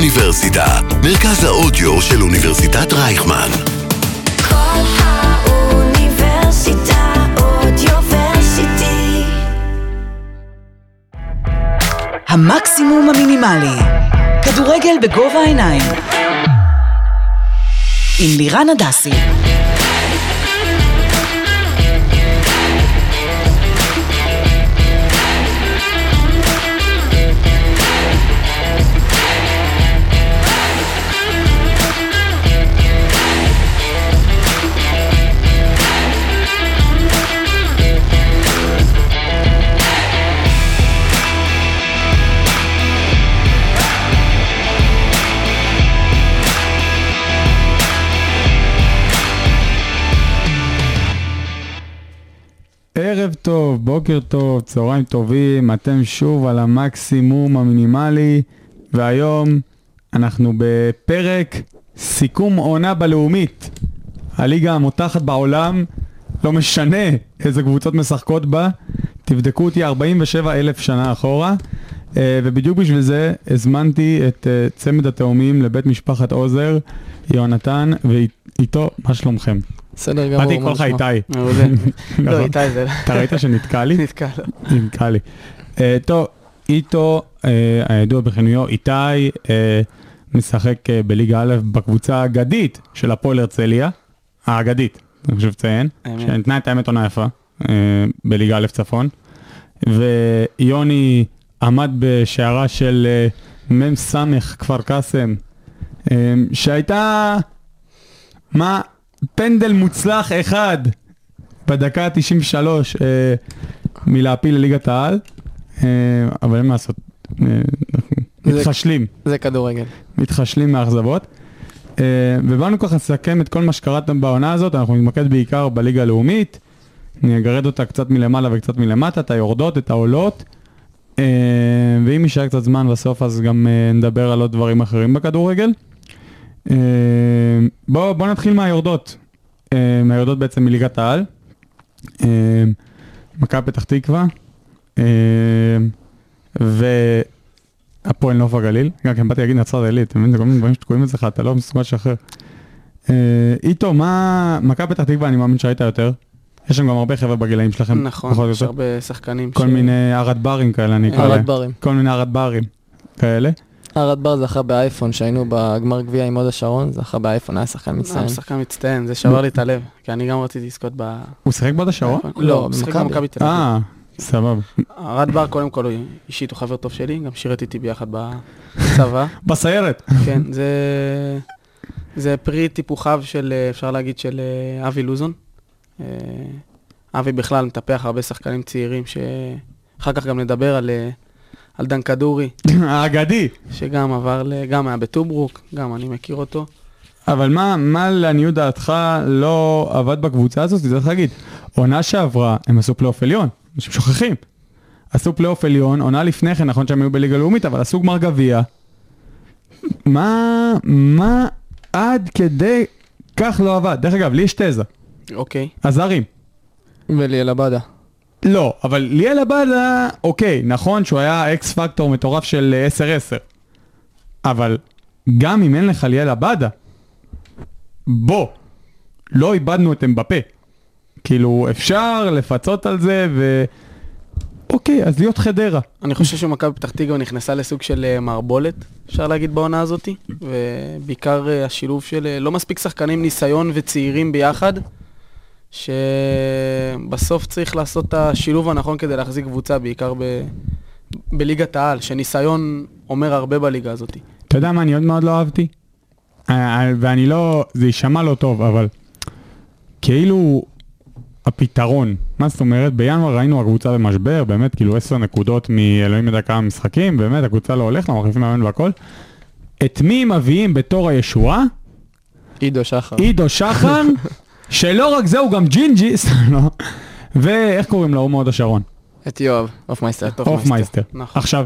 האוניברסיטה, מרכז האודיו של אוניברסיטת רייכמן. כל האוניברסיטה אודיוורסיטי. המקסימום המינימלי. כדורגל בגובה העיניים. עם לירן הדסי. ערב טוב, בוקר טוב, צהריים טובים, אתם שוב על המקסימום המינימלי, והיום אנחנו בפרק סיכום עונה בלאומית. הליגה המותחת בעולם, לא משנה איזה קבוצות משחקות בה, תבדקו אותי 47 אלף שנה אחורה, אה, ובדיוק בשביל זה הזמנתי את אה, צמד התאומים לבית משפחת עוזר, יונתן, ואיתו, מה שלומכם? בסדר גמור. באתי מה לקרוא לך נשמע? איתי. מעולה. לא, נכון? איתי זה... אתה ראית שנתקע לי? נתקע לו. נתקע לי. אה, טוב, איתו, אה, הידוע בכינויו איתי, אה, משחק אה, בליגה א' בקבוצה האגדית של הפועל הרצליה, האגדית, אני חושב לציין, אמת. שנתנה את האמת עונה יפה אה, בליגה א' צפון, ויוני עמד בשערה של אה, מ"ס כפר קאסם, אה, שהייתה, מה, פנדל מוצלח אחד בדקה ה-93 אה, מלהפיל לליגת העל, אה, אבל אין מה לעשות, אה, אנחנו זה- מתחשלים, זה כדורגל. אוקיי. מתחשלים מהאכזבות. אה, ובאנו ככה לסכם את כל מה שקרה בעונה הזאת, אנחנו נתמקד בעיקר בליגה הלאומית, נגרד אותה קצת מלמעלה וקצת מלמטה, את היורדות, את העולות, אה, ואם יישאר קצת זמן בסוף אז גם אה, נדבר על עוד דברים אחרים בכדורגל. אה, בואו בוא נתחיל מהיורדות, אה, מהיורדות בעצם מליגת העל. אה, מכבי פתח תקווה, אה, והפועל נוף הגליל, גם כן באתי להגיד נצרת עילית, אתה מבין? זה כל מיני דברים שתקועים אצלך, אתה לא מסוגל לשחרר. אה, איתו, מה, מכבי פתח תקווה אני מאמין שהיית יותר, יש שם גם הרבה חבר'ה בגילאים שלכם, פחות או נכון, יש יותר. הרבה שחקנים. כל ש- מיני ערד ברים כאלה אני אקרא ערד להם, ברים. כל מיני ערד ברים כאלה. ארד בר זכה באייפון שהיינו בגמר גביע עם הוד השרון, זכה באייפון, היה שחקן הוא אה. מצטיין. אה, שחקן מצטיין, זה שבר לי את הלב, כי אני גם רציתי לזכות ב... הוא שיחק בהוד השרון? לא, הוא משחק במכבי. במכבי תל אביב. אה, סבבה. ארד בר קודם כל הוא אישית הוא חבר טוב שלי, גם שירת איתי ביחד בצבא. בסיירת. כן, זה... זה פרי טיפוחיו של, אה, אפשר להגיד, של אה, אבי לוזון. אה, אבי בכלל מטפח הרבה שחקנים צעירים, שאחר כך גם נדבר על, אה, על דן כדורי, האגדי. שגם עבר, ל... גם היה בטוברוק, גם אני מכיר אותו. אבל מה, מה לעניות דעתך לא עבד בקבוצה הזאת? זה צריך להגיד. עונה שעברה, הם עשו פלייאוף עליון. אנשים שוכחים. עשו פלייאוף עליון, עונה לפני כן, נכון שהם היו בליגה לאומית, אבל עשו גמר גביע. מה, מה עד כדי כך לא עבד? דרך אגב, לי יש תזה. אוקיי. הזרים. וליאל עבדה. לא, אבל ליאל עבאדה, אוקיי, נכון שהוא היה אקס פקטור מטורף של אה, 10-10. אבל גם אם אין לך ליאל עבאדה, בוא, לא איבדנו את אמבפה. כאילו, אפשר לפצות על זה, ו... אוקיי, אז להיות חדרה. אני חושב שמכבי פתח תקווה נכנסה לסוג של אה, מערבולת, אפשר להגיד, בעונה הזאתי, ובעיקר אה, השילוב של אה, לא מספיק שחקנים ניסיון וצעירים ביחד, שבסוף צריך לעשות את השילוב הנכון כדי להחזיק קבוצה, בעיקר ב... בליגת העל, שניסיון אומר הרבה בליגה הזאתי. אתה יודע מה אני עוד מאוד לא אהבתי? אה, אה, ואני לא, זה יישמע לא טוב, אבל כאילו הפתרון, מה זאת אומרת? בינואר ראינו הקבוצה במשבר, באמת כאילו 10 נקודות מאלוהים יודע כמה משחקים, באמת הקבוצה לא הולכת, אנחנו מחליפים מאמן והכל. את מי מביאים בתור הישועה? עידו שחר. עידו שחר, שלא רק זה, הוא גם ג'ינג'י, סתם לא. ואיך קוראים לו? הוא מהוד השרון. את יואב, הופמייסטר. הופמייסטר. נכון. עכשיו,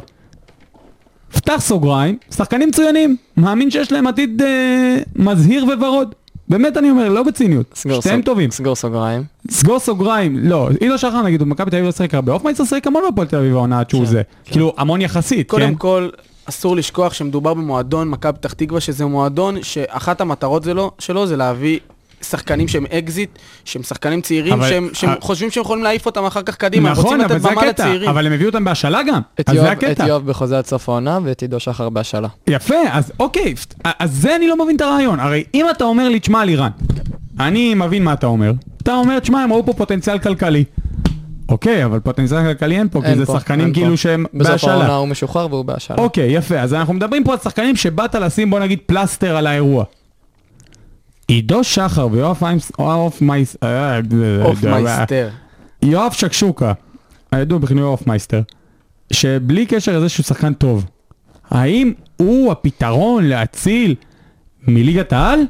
פתח סוגריים, שחקנים מצוינים, מאמין שיש להם עתיד אה, מזהיר וורוד. באמת אני אומר, לא בציניות. סגור שתיהם סוג- טובים. סגור סוגריים. סגור סוגריים, לא, עידו שחר נגיד, הוא במכבי תל אביב לא שיחק הרבה, הופמייסטר שיחק המון בהפועל תל אביב העונה עד שהוא זה. כאילו, המון יחסית, קודם כן? כל, אסור לשכוח שמדובר במועדון מכבי פתח תקווה, שזה מועדון שאחת המטרות שלו, שלו זה להביא שחקנים שהם אקזיט, שהם שחקנים צעירים, אבל- שהם, שהם ה- חושבים שהם יכולים להעיף אותם אחר כך קדימה, הם רוצים נכון, אבל לתת זה במה הקטע, לצעירים. אבל הם הביאו אותם בהשאלה גם, את אז זה יואב- את הקטע. יואב בחוזה עד סוף העונה ואת עידו שחר בהשאלה. יפה, אז אוקיי, פט- אז זה אני לא מבין את הרעיון. הרי אם אתה אומר לי, תשמע על איראן, אני מבין מה אתה אומר. אתה אומר, תשמע, הם ראו פה פוטנציאל כלכלי. אוקיי, אבל פוטנציאל כלכלי אין פה, כי אין זה פה, שחקנים אין פה. כאילו שהם בסוף העונה בהשאלה. הוא משוחרר והוא בהשאלה. אוקיי, יפה, אז אנחנו מדברים פה על שחקנים שבאת לשים, בוא נגיד, פלסטר על האירוע. עידו שחר ויואב איימס- אוף מייס... אה, אוף אה, מייסטר. יואב שקשוקה, הידוע בכינוי אופמייסטר, שבלי קשר לזה שהוא שחקן טוב, האם הוא הפתרון להציל מליגת העל?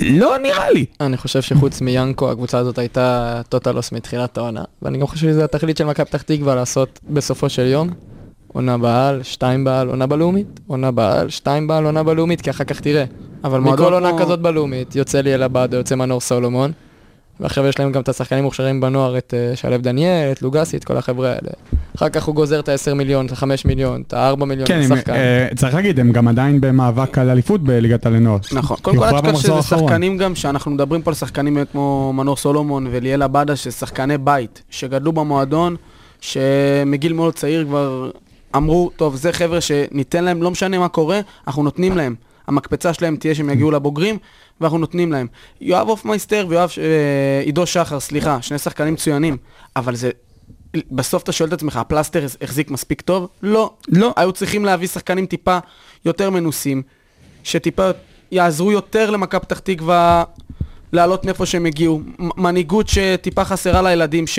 לא נראה לי. אני חושב שחוץ מיאנקו הקבוצה הזאת הייתה טוטלוס מתחילת העונה, ואני גם חושב שזה התכלית של מכבי פתח תקווה לעשות בסופו של יום. עונה בעל, שתיים בעל, עונה בלאומית, עונה בעל, שתיים בעל, עונה בלאומית, כי אחר כך תראה. אבל מכל מועדון עונה כמו- כזאת בלאומית, יוצא לי אלעבדו, יוצא מנור סולומון, ועכשיו יש להם גם את השחקנים המוכשרים בנוער, את אה, שלו דניאל, את לוגסי, את כל החבר'ה האלה. אחר כך הוא גוזר את ה-10 מיליון, את ה-5 מיליון, את ה-4 מיליון, כן, הם, לשחקן. אה, צריך להגיד, הם גם עדיין במאבק על אליפות בליגת העל לנוער. נכון. היא קודם כל, אל הוכרעה תשכח במחזור שזה האחרון. שחקנים גם, שאנחנו מדברים פה על שחקנים באמת כמו מנור סולומון וליאל עבדה, ששחקני בית, שגדלו במועדון, שמגיל מאוד צעיר כבר אמרו, טוב, זה חבר'ה שניתן להם, לא משנה מה קורה, אנחנו נותנים להם. המקפצה שלהם תהיה שהם יגיעו לבוגרים, ואנחנו נותנים להם. יואב הופמייסטר ויואב, ש- אה, עידו שחר, סליחה, שני שחקנים מצוינים, אבל זה... בסוף אתה שואל את עצמך, הפלסטר החזיק מספיק טוב? לא. לא. היו צריכים להביא שחקנים טיפה יותר מנוסים, שטיפה יעזרו יותר למכבי פתח תקווה לעלות מאיפה שהם הגיעו. מ- מנהיגות שטיפה חסרה לילדים ש...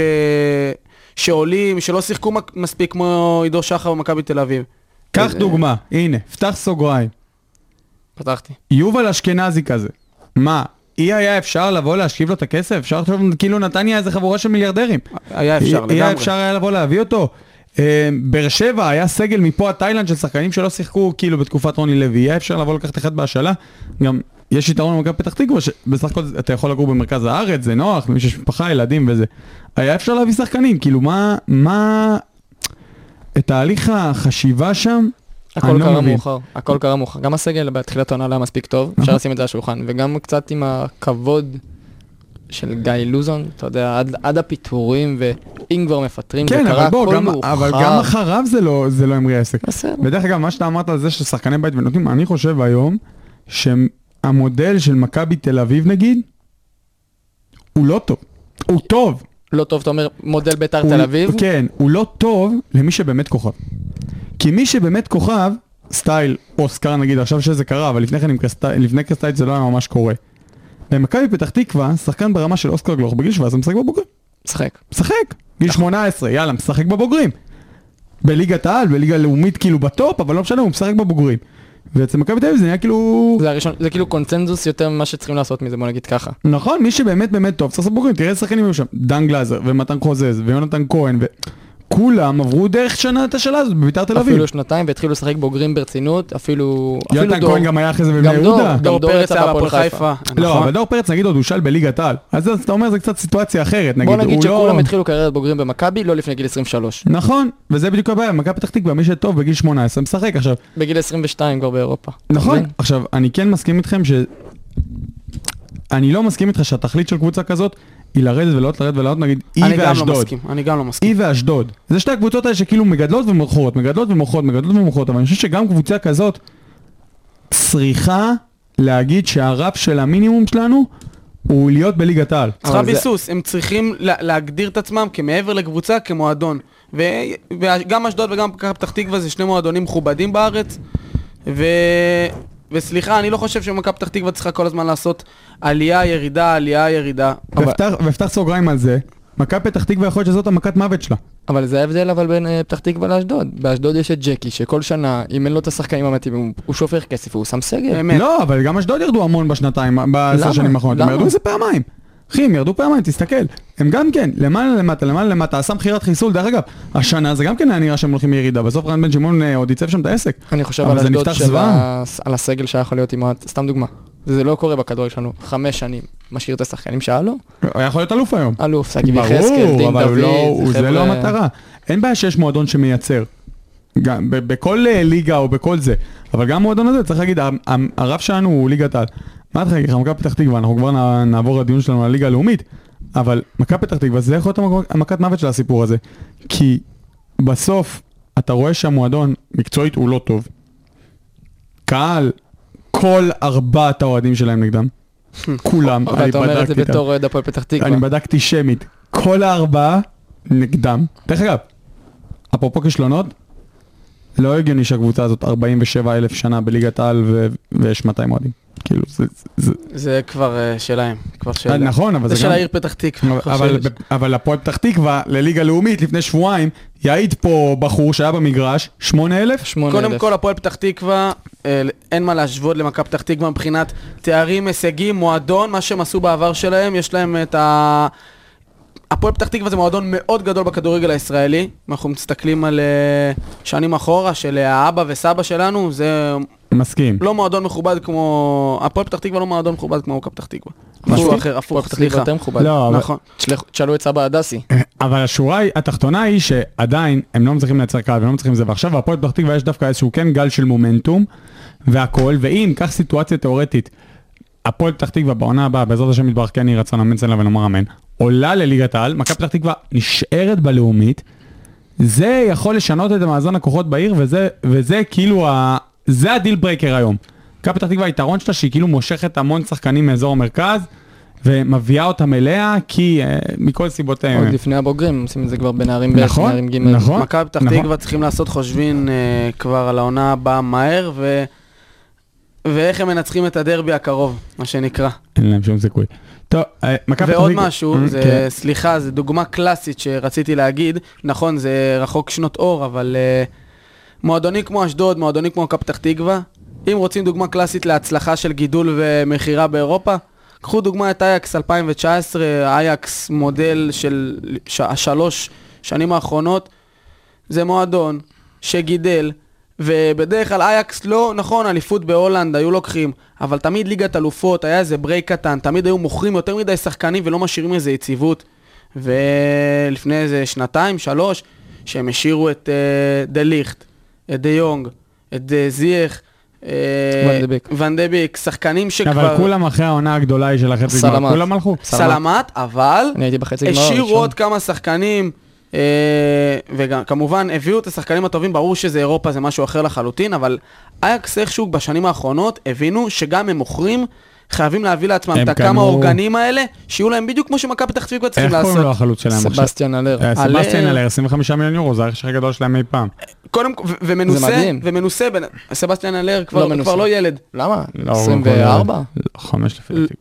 שעולים, שלא שיחקו מק- מספיק כמו עידו שחר במכבי תל אביב. קח אה, דוגמה, הנה, פתח סוגריים. פתחתי. יובל אשכנזי כזה. מה, אי היה אפשר לבוא להשכיב לו את הכסף? אפשר לחשוב כאילו נתניה איזה חבורה של מיליארדרים. היה אפשר לגמרי. היה אפשר היה לבוא להביא אותו. אה, באר שבע היה סגל מפה עד תאילנד של שחקנים שלא שיחקו כאילו בתקופת רוני לוי, היה אפשר לבוא לקחת אחד בהשאלה, גם יש יתרון למכבי פתח תקווה שבסך הכל אתה יכול לגור במרכז הארץ, זה נוח, למי שיש משפחה, ילדים וזה. היה אפשר להביא שחקנים, כאילו מה, מה, את תהליך החשיבה שם, הכל אני לא קרה מבין. מאוחר, הכל קרה מאוחר. גם הסגל בתחילת העונה לא היה מספיק טוב, אפשר לשים את זה על השולחן, וגם קצת עם הכבוד של גיא לוזון, אתה יודע, עד, עד הפיטורים, ואם כבר מפטרים, כן, זה קרה אבל בוא, הכל גם, מאוחר. אבל גם אחריו זה לא, זה לא המריא עסק. בסדר. ודרך אגב, מה שאתה אמרת על זה ששחקני בית ונותנים, אני חושב היום שהמודל של מכבי תל אביב נגיד, הוא לא טוב. הוא טוב. לא טוב, אתה אומר, מודל ביתר הוא- תל אביב, כן, הוא לא טוב למי שבאמת כוכב. כי מי שבאמת כוכב, סטייל אוסקר נגיד, עכשיו שזה קרה, אבל לפני כן עם קרסטי- לפני קרסטייל זה לא היה ממש קורה. במכבי פתח תקווה, שחקן ברמה של אוסקר גלוך בגיל 17 משחק בבוגרים. משחק. משחק. גיל 18, יאללה, משחק בבוגרים. בליגת העל, בליגה לאומית כאילו בטופ, אבל לא משנה, הוא משחק בבוגרים. ואצל מכבי תל אביב זה נהיה כאילו... זה הראשון, זה כאילו קונצנזוס יותר ממה שצריכים לעשות מזה, בוא נגיד ככה. נכון, מי שבאמת באמת טוב, צריך לעשות בוגרים, תראה איזה שחקנים היו שם. דן גלאזר, ומתן חוזז, ויונתן כהן, ו... כולם עברו דרך שנה את השאלה הזאת בביתר תל אביב. אפילו שנתיים, והתחילו לשחק בוגרים ברצינות, אפילו, אפילו יונתן דור. כהן גם היה אחרי זה גם בבני דור, יהודה. גם דור דור פרץ יצא היה בהפועל בהפועל חיפה. לא, נכון. אבל דור פרץ נגיד עוד הושל בליגת העל. אז אז אתה אומר זה קצת סיטואציה אחרת, נגיד. בוא נגיד הוא לא- שכולם התחילו קריירת בוגרים במכבי, לא לפני גיל 23. נכון, וזה בדיוק הבעיה, מכבי פתח תקווה, מי שטוב בגיל 18 משחק עכשיו. בגיל 22 כבר באירופה. נכון, אתה מבין? עכשיו, אני כן מסכים איתכם ש... אני לא מסכים איתך שהתכלית של קבוצה כזאת היא לרדת ולעלות, לרדת ולעלות, נגיד, היא אני גם לא ואשדוד. מסכים, אני גם לא היא מסכים. ואשדוד. זה שתי הקבוצות האלה שכאילו מגדלות ומוכרות, מגדלות ומוכרות, מגדלות ומוכרות, אבל אני חושב שגם קבוצה כזאת צריכה להגיד שהרף של המינימום שלנו הוא להיות בליגת העל. צריכה אבל זה- ביסוס, הם צריכים לה- להגדיר את עצמם כמעבר לקבוצה, כמועדון. ו- וגם אשדוד וגם מכבי פתח תקווה זה שני מועדונים מכובדים בארץ. ו... וסליחה, אני לא חושב שמכבי פתח תקווה צריכה כל הזמן לעשות עלייה, ירידה, עלייה, ירידה. ואפתח- ואפתח סוגריים על זה, מכבי פתח תקווה יכול להיות שזאת המכת מוות שלה. אבל זה ההבדל אבל בין אה, פתח תקווה לאשדוד. באשדוד יש את ג'קי, שכל שנה, אם אין לו את השחקנים המתאימים, הוא- הוא שופך כסף, הוא שם סגל. אמת. לא, אבל גם אשדוד ירדו המון בשנתיים, בעשר למה? שנים האחרונות. הם למה? ירדו איזה פעמיים. אחי, הם ירדו פעמיים, תסתכל. הם גם כן, למעלה למטה, למעלה למטה, עשה מכירת חיסול, דרך אגב, השנה זה גם כן היה נראה שהם הולכים לירידה, בסוף רן בן שמעון אה, עוד ייצב שם את העסק. אני חושב אבל על זה אשדוד נפתח של זוועה. ה- על הסגל שהיה יכול להיות עם... ה- סתם דוגמה. זה לא קורה בכדורגל שלנו. חמש שנים, משאיר את השחקנים שהיה לו. הוא היה יכול להיות אלוף היום. אלוף, שגיב יחזקאל, ברור, דין אבל הוא לא, דוד, הוא- זה לא חבר'ה- המטרה. אין בעיה שיש מועדון שמייצר. גם, ב- בכל אה, ליגה או בכל זה, אבל גם המועדון הזה, צריך להגיד, ה- ה- הרף שלנו הוא ליגת העל. מה אתה להגיד לך, מכבי פתח תקווה, אנחנו כבר נע- נעבור לדיון שלנו על הליגה הלאומית, אבל מכבי פתח תקווה זה יכול להיות המכ- המכת מוות של הסיפור הזה, כי בסוף אתה רואה שהמועדון מקצועית הוא לא טוב. קהל, כל ארבעת האוהדים שלהם נגדם. כולם, אני ואתה אומר את זה בדקתי איתם. בתור אוהד הפועל פתח תקווה. אני בדקתי שמית. כל הארבעה נגדם. דרך אגב, אפרופו כישלונות, לא הגיוני שהקבוצה הזאת 47 אלף שנה בליגת העל ו- ויש 200 אוהדים. כאילו, זה... זה- זה כבר אה, שלהם, כבר זה- שלהם. נכון, אבל זה זה גם... של העיר פתח תקווה. אבל- אבל- אבל הפועל פתח תקווה, לליגה לאומית, לפני שבועיים, יעיד פה בחור שהיה במגרש, 8,000? שמונה קודם אלף. כל, הפועל פתח תקווה, אה, אין מה להשוות למכבי פתח תקווה מבחינת תארים, הישגים, מועדון, מה שהם עשו בעבר שלהם, יש להם את ה... הפועל פתח תקווה זה מועדון מאוד גדול בכדורגל הישראלי. אם אנחנו מסתכלים על אה, שנים אחורה של אה, האבא וסבא שלנו, זה מסכים. לא מועדון מכובד כמו... הפועל פתח תקווה לא מועדון מכובד כמו מכבי פתח תקווה. משהו מסכים? הפועל אחר, הפוך, פתח תקווה סליחה. יותר מכובד. לא, אבל- אה. נכון. תשלחו- תשאלו את סבא הדסי. אבל השורה היא- התחתונה היא שעדיין הם לא מצליחים לייצר קהל והם לא מצליחים זה ועכשיו הפועל פתח תקווה יש דווקא איזשהו כן גל של מומנטום והכל ואם קח סיטואציה תיאורטית הפועל פתח תקווה בעונה הבאה בעזרת השם יתברך כן יהי רצון אמן סלע ונאמר אמן עולה לליגת העל מכבי פתח תקווה נשארת בלאומית זה יכול לשנות את המאזן הכוחות בעיר וזה, וזה כאילו ה... זה הדיל ברייקר היום. מכבי פתח תקווה היתרון שלה שהיא כאילו מושכת המון שחקנים מאזור המרכז ומביאה אותם אליה כי אה, מכל סיבותיהם. עוד לפני הבוגרים, הם עושים את זה כבר בנערים ב', נכון, נערים ג'. נכון. מכבי פתח נכון. תקווה צריכים לעשות חושבים אה, כבר על העונה הבאה מהר, ו... ואיך הם מנצחים את הדרבי הקרוב, מה שנקרא. אין להם שום סיכוי. טוב, אה, מכבי פתח ועוד תקווה- משהו, אה, זה, כן. סליחה, זו דוגמה קלאסית שרציתי להגיד. נכון, זה רחוק שנות אור, אבל אה, מועדונים כמו אשדוד, מועדונים כמו מכבי פתח תקווה, אם רוצים דוגמה קלאסית להצלחה של גידול ומכירה באירופה, קחו דוגמה את אייקס 2019, אייקס מודל של ש- השלוש שנים האחרונות. זה מועדון שגידל, ובדרך כלל אייקס לא, נכון, אליפות בהולנד היו לוקחים, אבל תמיד ליגת אלופות, היה איזה ברייק קטן, תמיד היו מוכרים יותר מדי שחקנים ולא משאירים איזה יציבות. ולפני איזה שנתיים, שלוש, שהם השאירו את אה, דה ליכט, את דה יונג, את דה זייח, אה, ונדביק. ונדביק, שחקנים שכבר... אבל כולם אחרי העונה הגדולה היא של החצי גמר, סלמת. כולם הלכו. סלמת, אבל... אני הייתי בחצי גמר השאירו הראשון. עוד כמה שחקנים, אה, וגם כמובן הביאו את השחקנים הטובים, ברור שזה אירופה זה משהו אחר לחלוטין, אבל אייקס איכשהו בשנים האחרונות הבינו שגם הם מוכרים, חייבים להביא לעצמם הם את קנו- הכמה אורגנים האלה, שיהיו להם בדיוק כמו שמכבי פתח תקווה צריכים איך לעשות. קוראים לו החלוץ שלהם עכשיו? סבסטיאן אלר. אה, סבסטיאן עלה- אלר, 25 מיליון יורו, זה הערך הכי גדול שלהם אי פעם. קודם כל, ו- ומנוסה, זה מדהים. ומנוסה, בן- סבסטיאן אלר כבר מנוסה. כבר לא ילד. למה? לא, 24? לא, חמש לפי דעתי.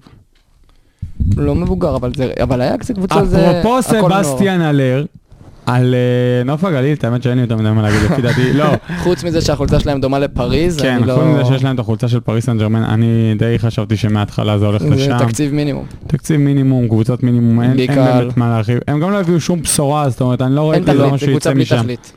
לא מבוגר, אבל זה... אבל היה כזה קבוצה, זה... אפרופו הכל נוער. סבסטיאן אלר, על אה, נוף הגליל, את האמת שאין לי יותר מדי מה להגיד לפי דעתי, לא. חוץ מזה שהחולצה שלהם דומה לפריז, כן, אני לא... חוץ מזה שיש להם את החולצה של פריס סן ג'רמן, אני די חשבתי שמההתחלה זה הולך לשם. זה תקציב מינימום. תקציב מינימום, קבוצת מינימום, אין אין בעיקר. באמת מה להרחיב. הם גם לא הביאו שום בשורה, זאת אומרת, אני לא אין ראיתי לא תכלית, זה משהו קבוצה שיצא בלי משם. תכלית.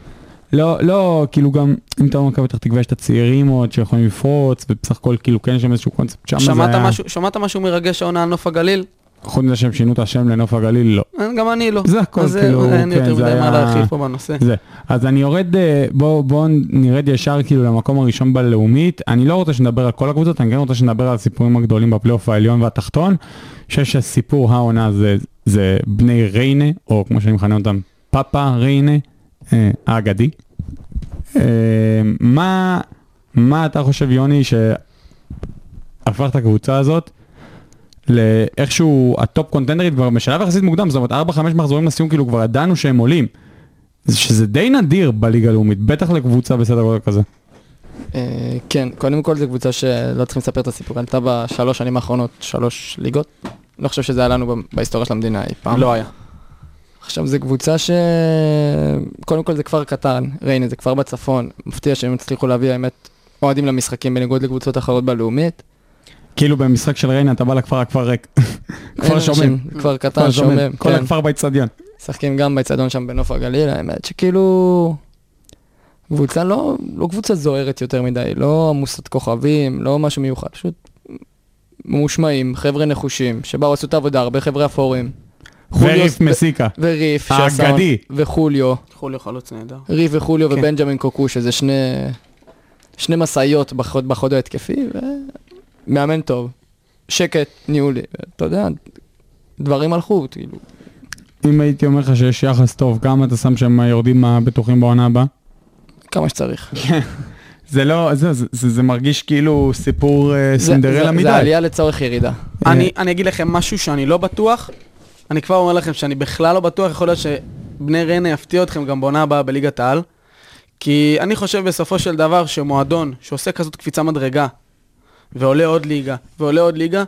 לא, לא, כאילו גם, אם אתה אומר מכבי פתח תקווה, יש את הצעירים עוד שיכולים לפרוץ, ובסך הכל כאילו כן יש שם איזשהו קונספט שם. זה שמעת היה- משהו- שמעת משהו מרגש העונה על נוף הגליל? חוץ מזה שהם שינו את השם לנוף הגליל, לא. גם אני לא. זה הכל אז, אה, כאילו, אין כן, יותר זה מדי מה היה- להרחיב פה בנושא. זה. אז אני יורד, אה, בואו בוא נרד ישר כאילו למקום הראשון בלאומית. אני לא רוצה שנדבר על כל הקבוצות, אני כן רוצה שנדבר על הסיפורים הגדולים בפלייאוף העליון והתחתון. אני חושב שסיפור העונה זה, זה בני ריינה, או כמו שאני מכנה אותם, פאפה ריינה, אה, האגדי. אה, מה, מה אתה חושב, יוני, שהפך את הקבוצה הזאת לאיכשהו הטופ קונטנדרית כבר בשלב יחסית מוקדם, זאת אומרת 4-5 מחזורים לסיום, כאילו כבר ידענו שהם עולים. זה- שזה די נדיר בליגה הלאומית, בטח לקבוצה בסדר גודל כזה. אה, כן, קודם כל זו קבוצה שלא צריכים לספר את הסיפור, עלתה בשלוש שנים האחרונות שלוש ליגות. לא חושב שזה היה לנו ב- בהיסטוריה של המדינה אי פעם. לא היה. עכשיו, זו קבוצה ש... קודם כל זה כפר קטן, ריינה, זה כפר בצפון. מפתיע שהם הצליחו להביא, האמת, אוהדים למשחקים בניגוד לקבוצות אחרות בלאומית. כאילו במשחק של ריינה אתה בא לכפר, הכפר ריק. אין כפר שומם. אנשים, כפר כפר קטן, שומם. שומם. כל כן. הכפר באצטדיון. משחקים גם באצטדיון שם בנוף הגליל, האמת שכאילו... קבוצה לא, לא קבוצה זוהרת יותר מדי, לא עמוסת כוכבים, לא משהו מיוחד, פשוט ממושמעים, חבר'ה נחושים, שבאו עשו את העבודה, הרבה חבר'ה אפורים. חוליו- וריף מסיקה. וריף, שעשה- האגדי. וחוליו, חוליו חלוץ נהדר. ריף וחוליו כן. ובנג'מין קוקו, שזה שני, שני משאיות בחוד, בחוד ההתקפי, ומאמן טוב, שקט, ניהולי, אתה יודע, דברים הלכו, כאילו, אם הייתי אומר לך שיש יחס טוב, כמה אתה שם שם אה, יורדים מהבטוחים בעונה הבאה? כמה שצריך. זה לא, זה, זה, זה, זה מרגיש כאילו סיפור אה, זה- זה- סינדרלה זה מדי. עלייה לצורך ירידה. אה, אני, אני אגיד לכם משהו שאני לא בטוח, אני כבר אומר לכם שאני בכלל לא בטוח, יכול להיות שבני ריינה יפתיע אתכם גם בעונה הבאה בליגת העל, כי אני חושב בסופו של דבר שמועדון שעושה כזאת קפיצה מדרגה, ועולה עוד ליגה, ועולה עוד ליגה,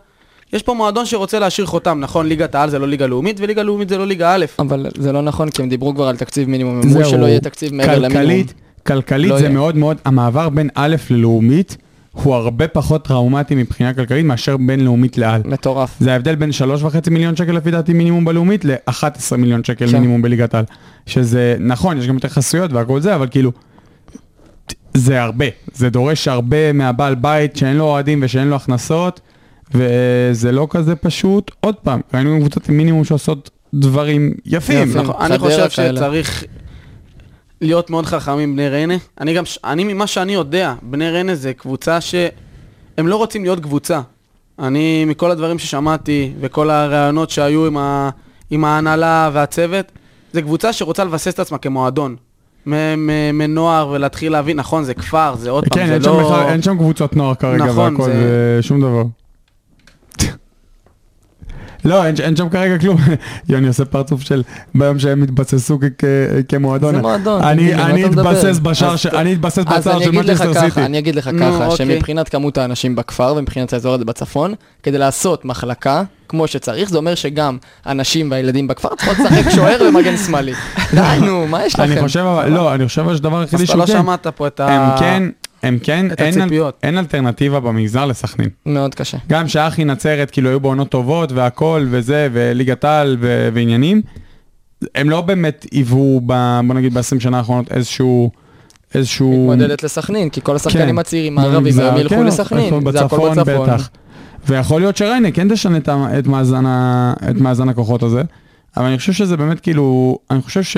יש פה מועדון שרוצה להשאיר חותם, נכון, ליגת העל זה לא ליגה לאומית, וליגה לאומית זה לא ליגה א', אבל זה לא נכון, כי הם דיברו כבר על תקציב מינימום, הם אמרו זהו, שלא יהיה תקציב מעבר למינימום. כלכלית, כלכלית לא זה יהיה. מאוד מאוד, המעבר בין א' ללאומית הוא הרבה פחות טראומטי מבחינה כלכלית מאשר בין לאומית לעל. מטורף. זה ההבדל בין 3.5 מיליון שקל לפי דעתי מינימום בלאומית ל-11 מיליון שקל כן. מינימום בליגת העל. שזה נכון, יש גם יותר חסויות והכל זה, אבל כאילו, זה הרבה. זה דורש הרבה מהבעל בית שאין לו אוהדים ושאין לו הכנסות, וזה לא כזה פשוט. עוד פעם, ראינו קבוצות עם מינימום שעושות דברים יפים. יפים. נכון, אני חדרה חושב כאלה. שצריך להיות מאוד חכמים בני ריינה. אני גם, ש- אני ממה שאני יודע, בני ריינה זה קבוצה שהם לא רוצים להיות קבוצה. אני, מכל הדברים ששמעתי וכל הראיונות שהיו עם, ה, עם ההנהלה והצוות, זה קבוצה שרוצה לבסס את עצמה כמועדון. מ- מ- מנוער ולהתחיל להבין, נכון, זה כפר, זה עוד פעם, כן, זה אין שם לא... בכלל- אין שם קבוצות נוער כרגע נכון, והכל, זה- ושום דבר. לא, אין ש- אין שם כרגע כלום. יוני עושה פרצוף של ביום שהם התבססו כ- כ- כמועדון. זה מועדון, לא, אני תגיד לי, מה אני אתה מדבר? אתבסס בשער אז- ש- אני אתבסס אז בצער אני של אגיד לך מנצ'סטר סיטי. ככה, אני אגיד לך נו, ככה, אוקיי. שמבחינת כמות האנשים בכפר ומבחינת האזור הזה בצפון, כדי לעשות מחלקה כמו שצריך, זה אומר שגם הנשים והילדים בכפר צריכות לשחק שוער ומגן שמאלי. די, נו, מה יש לכם? לא. אני חושב, אבל- לא, אני חושב שהדבר אז היחידי אתה לא שהוא כן, שמעת פה את ה... הם כן, הם כן, את אין אל- הציפיות. אין אלטרנטיבה במגזר לסכנין. מאוד קשה. גם שאחי נצרת, כאילו היו בעונות טובות והכל וזה, וליגת העל ו- ועניינים, הם לא באמת היוו, ב- בוא נגיד ב-20 שנה האחרונות איזשהו, איזשהו... כן. מתמודדת לסכנין, כי כל השחקנים הצעירים הערבים במגזר, הם ילכו כן, לסכנין, איפה- זה הכל בצפון. בטח. ויכול להיות שריינה כן תשנה את, ה- את, מאזן ה- את מאזן הכוחות הזה, אבל אני חושב שזה באמת כאילו, אני חושב ש...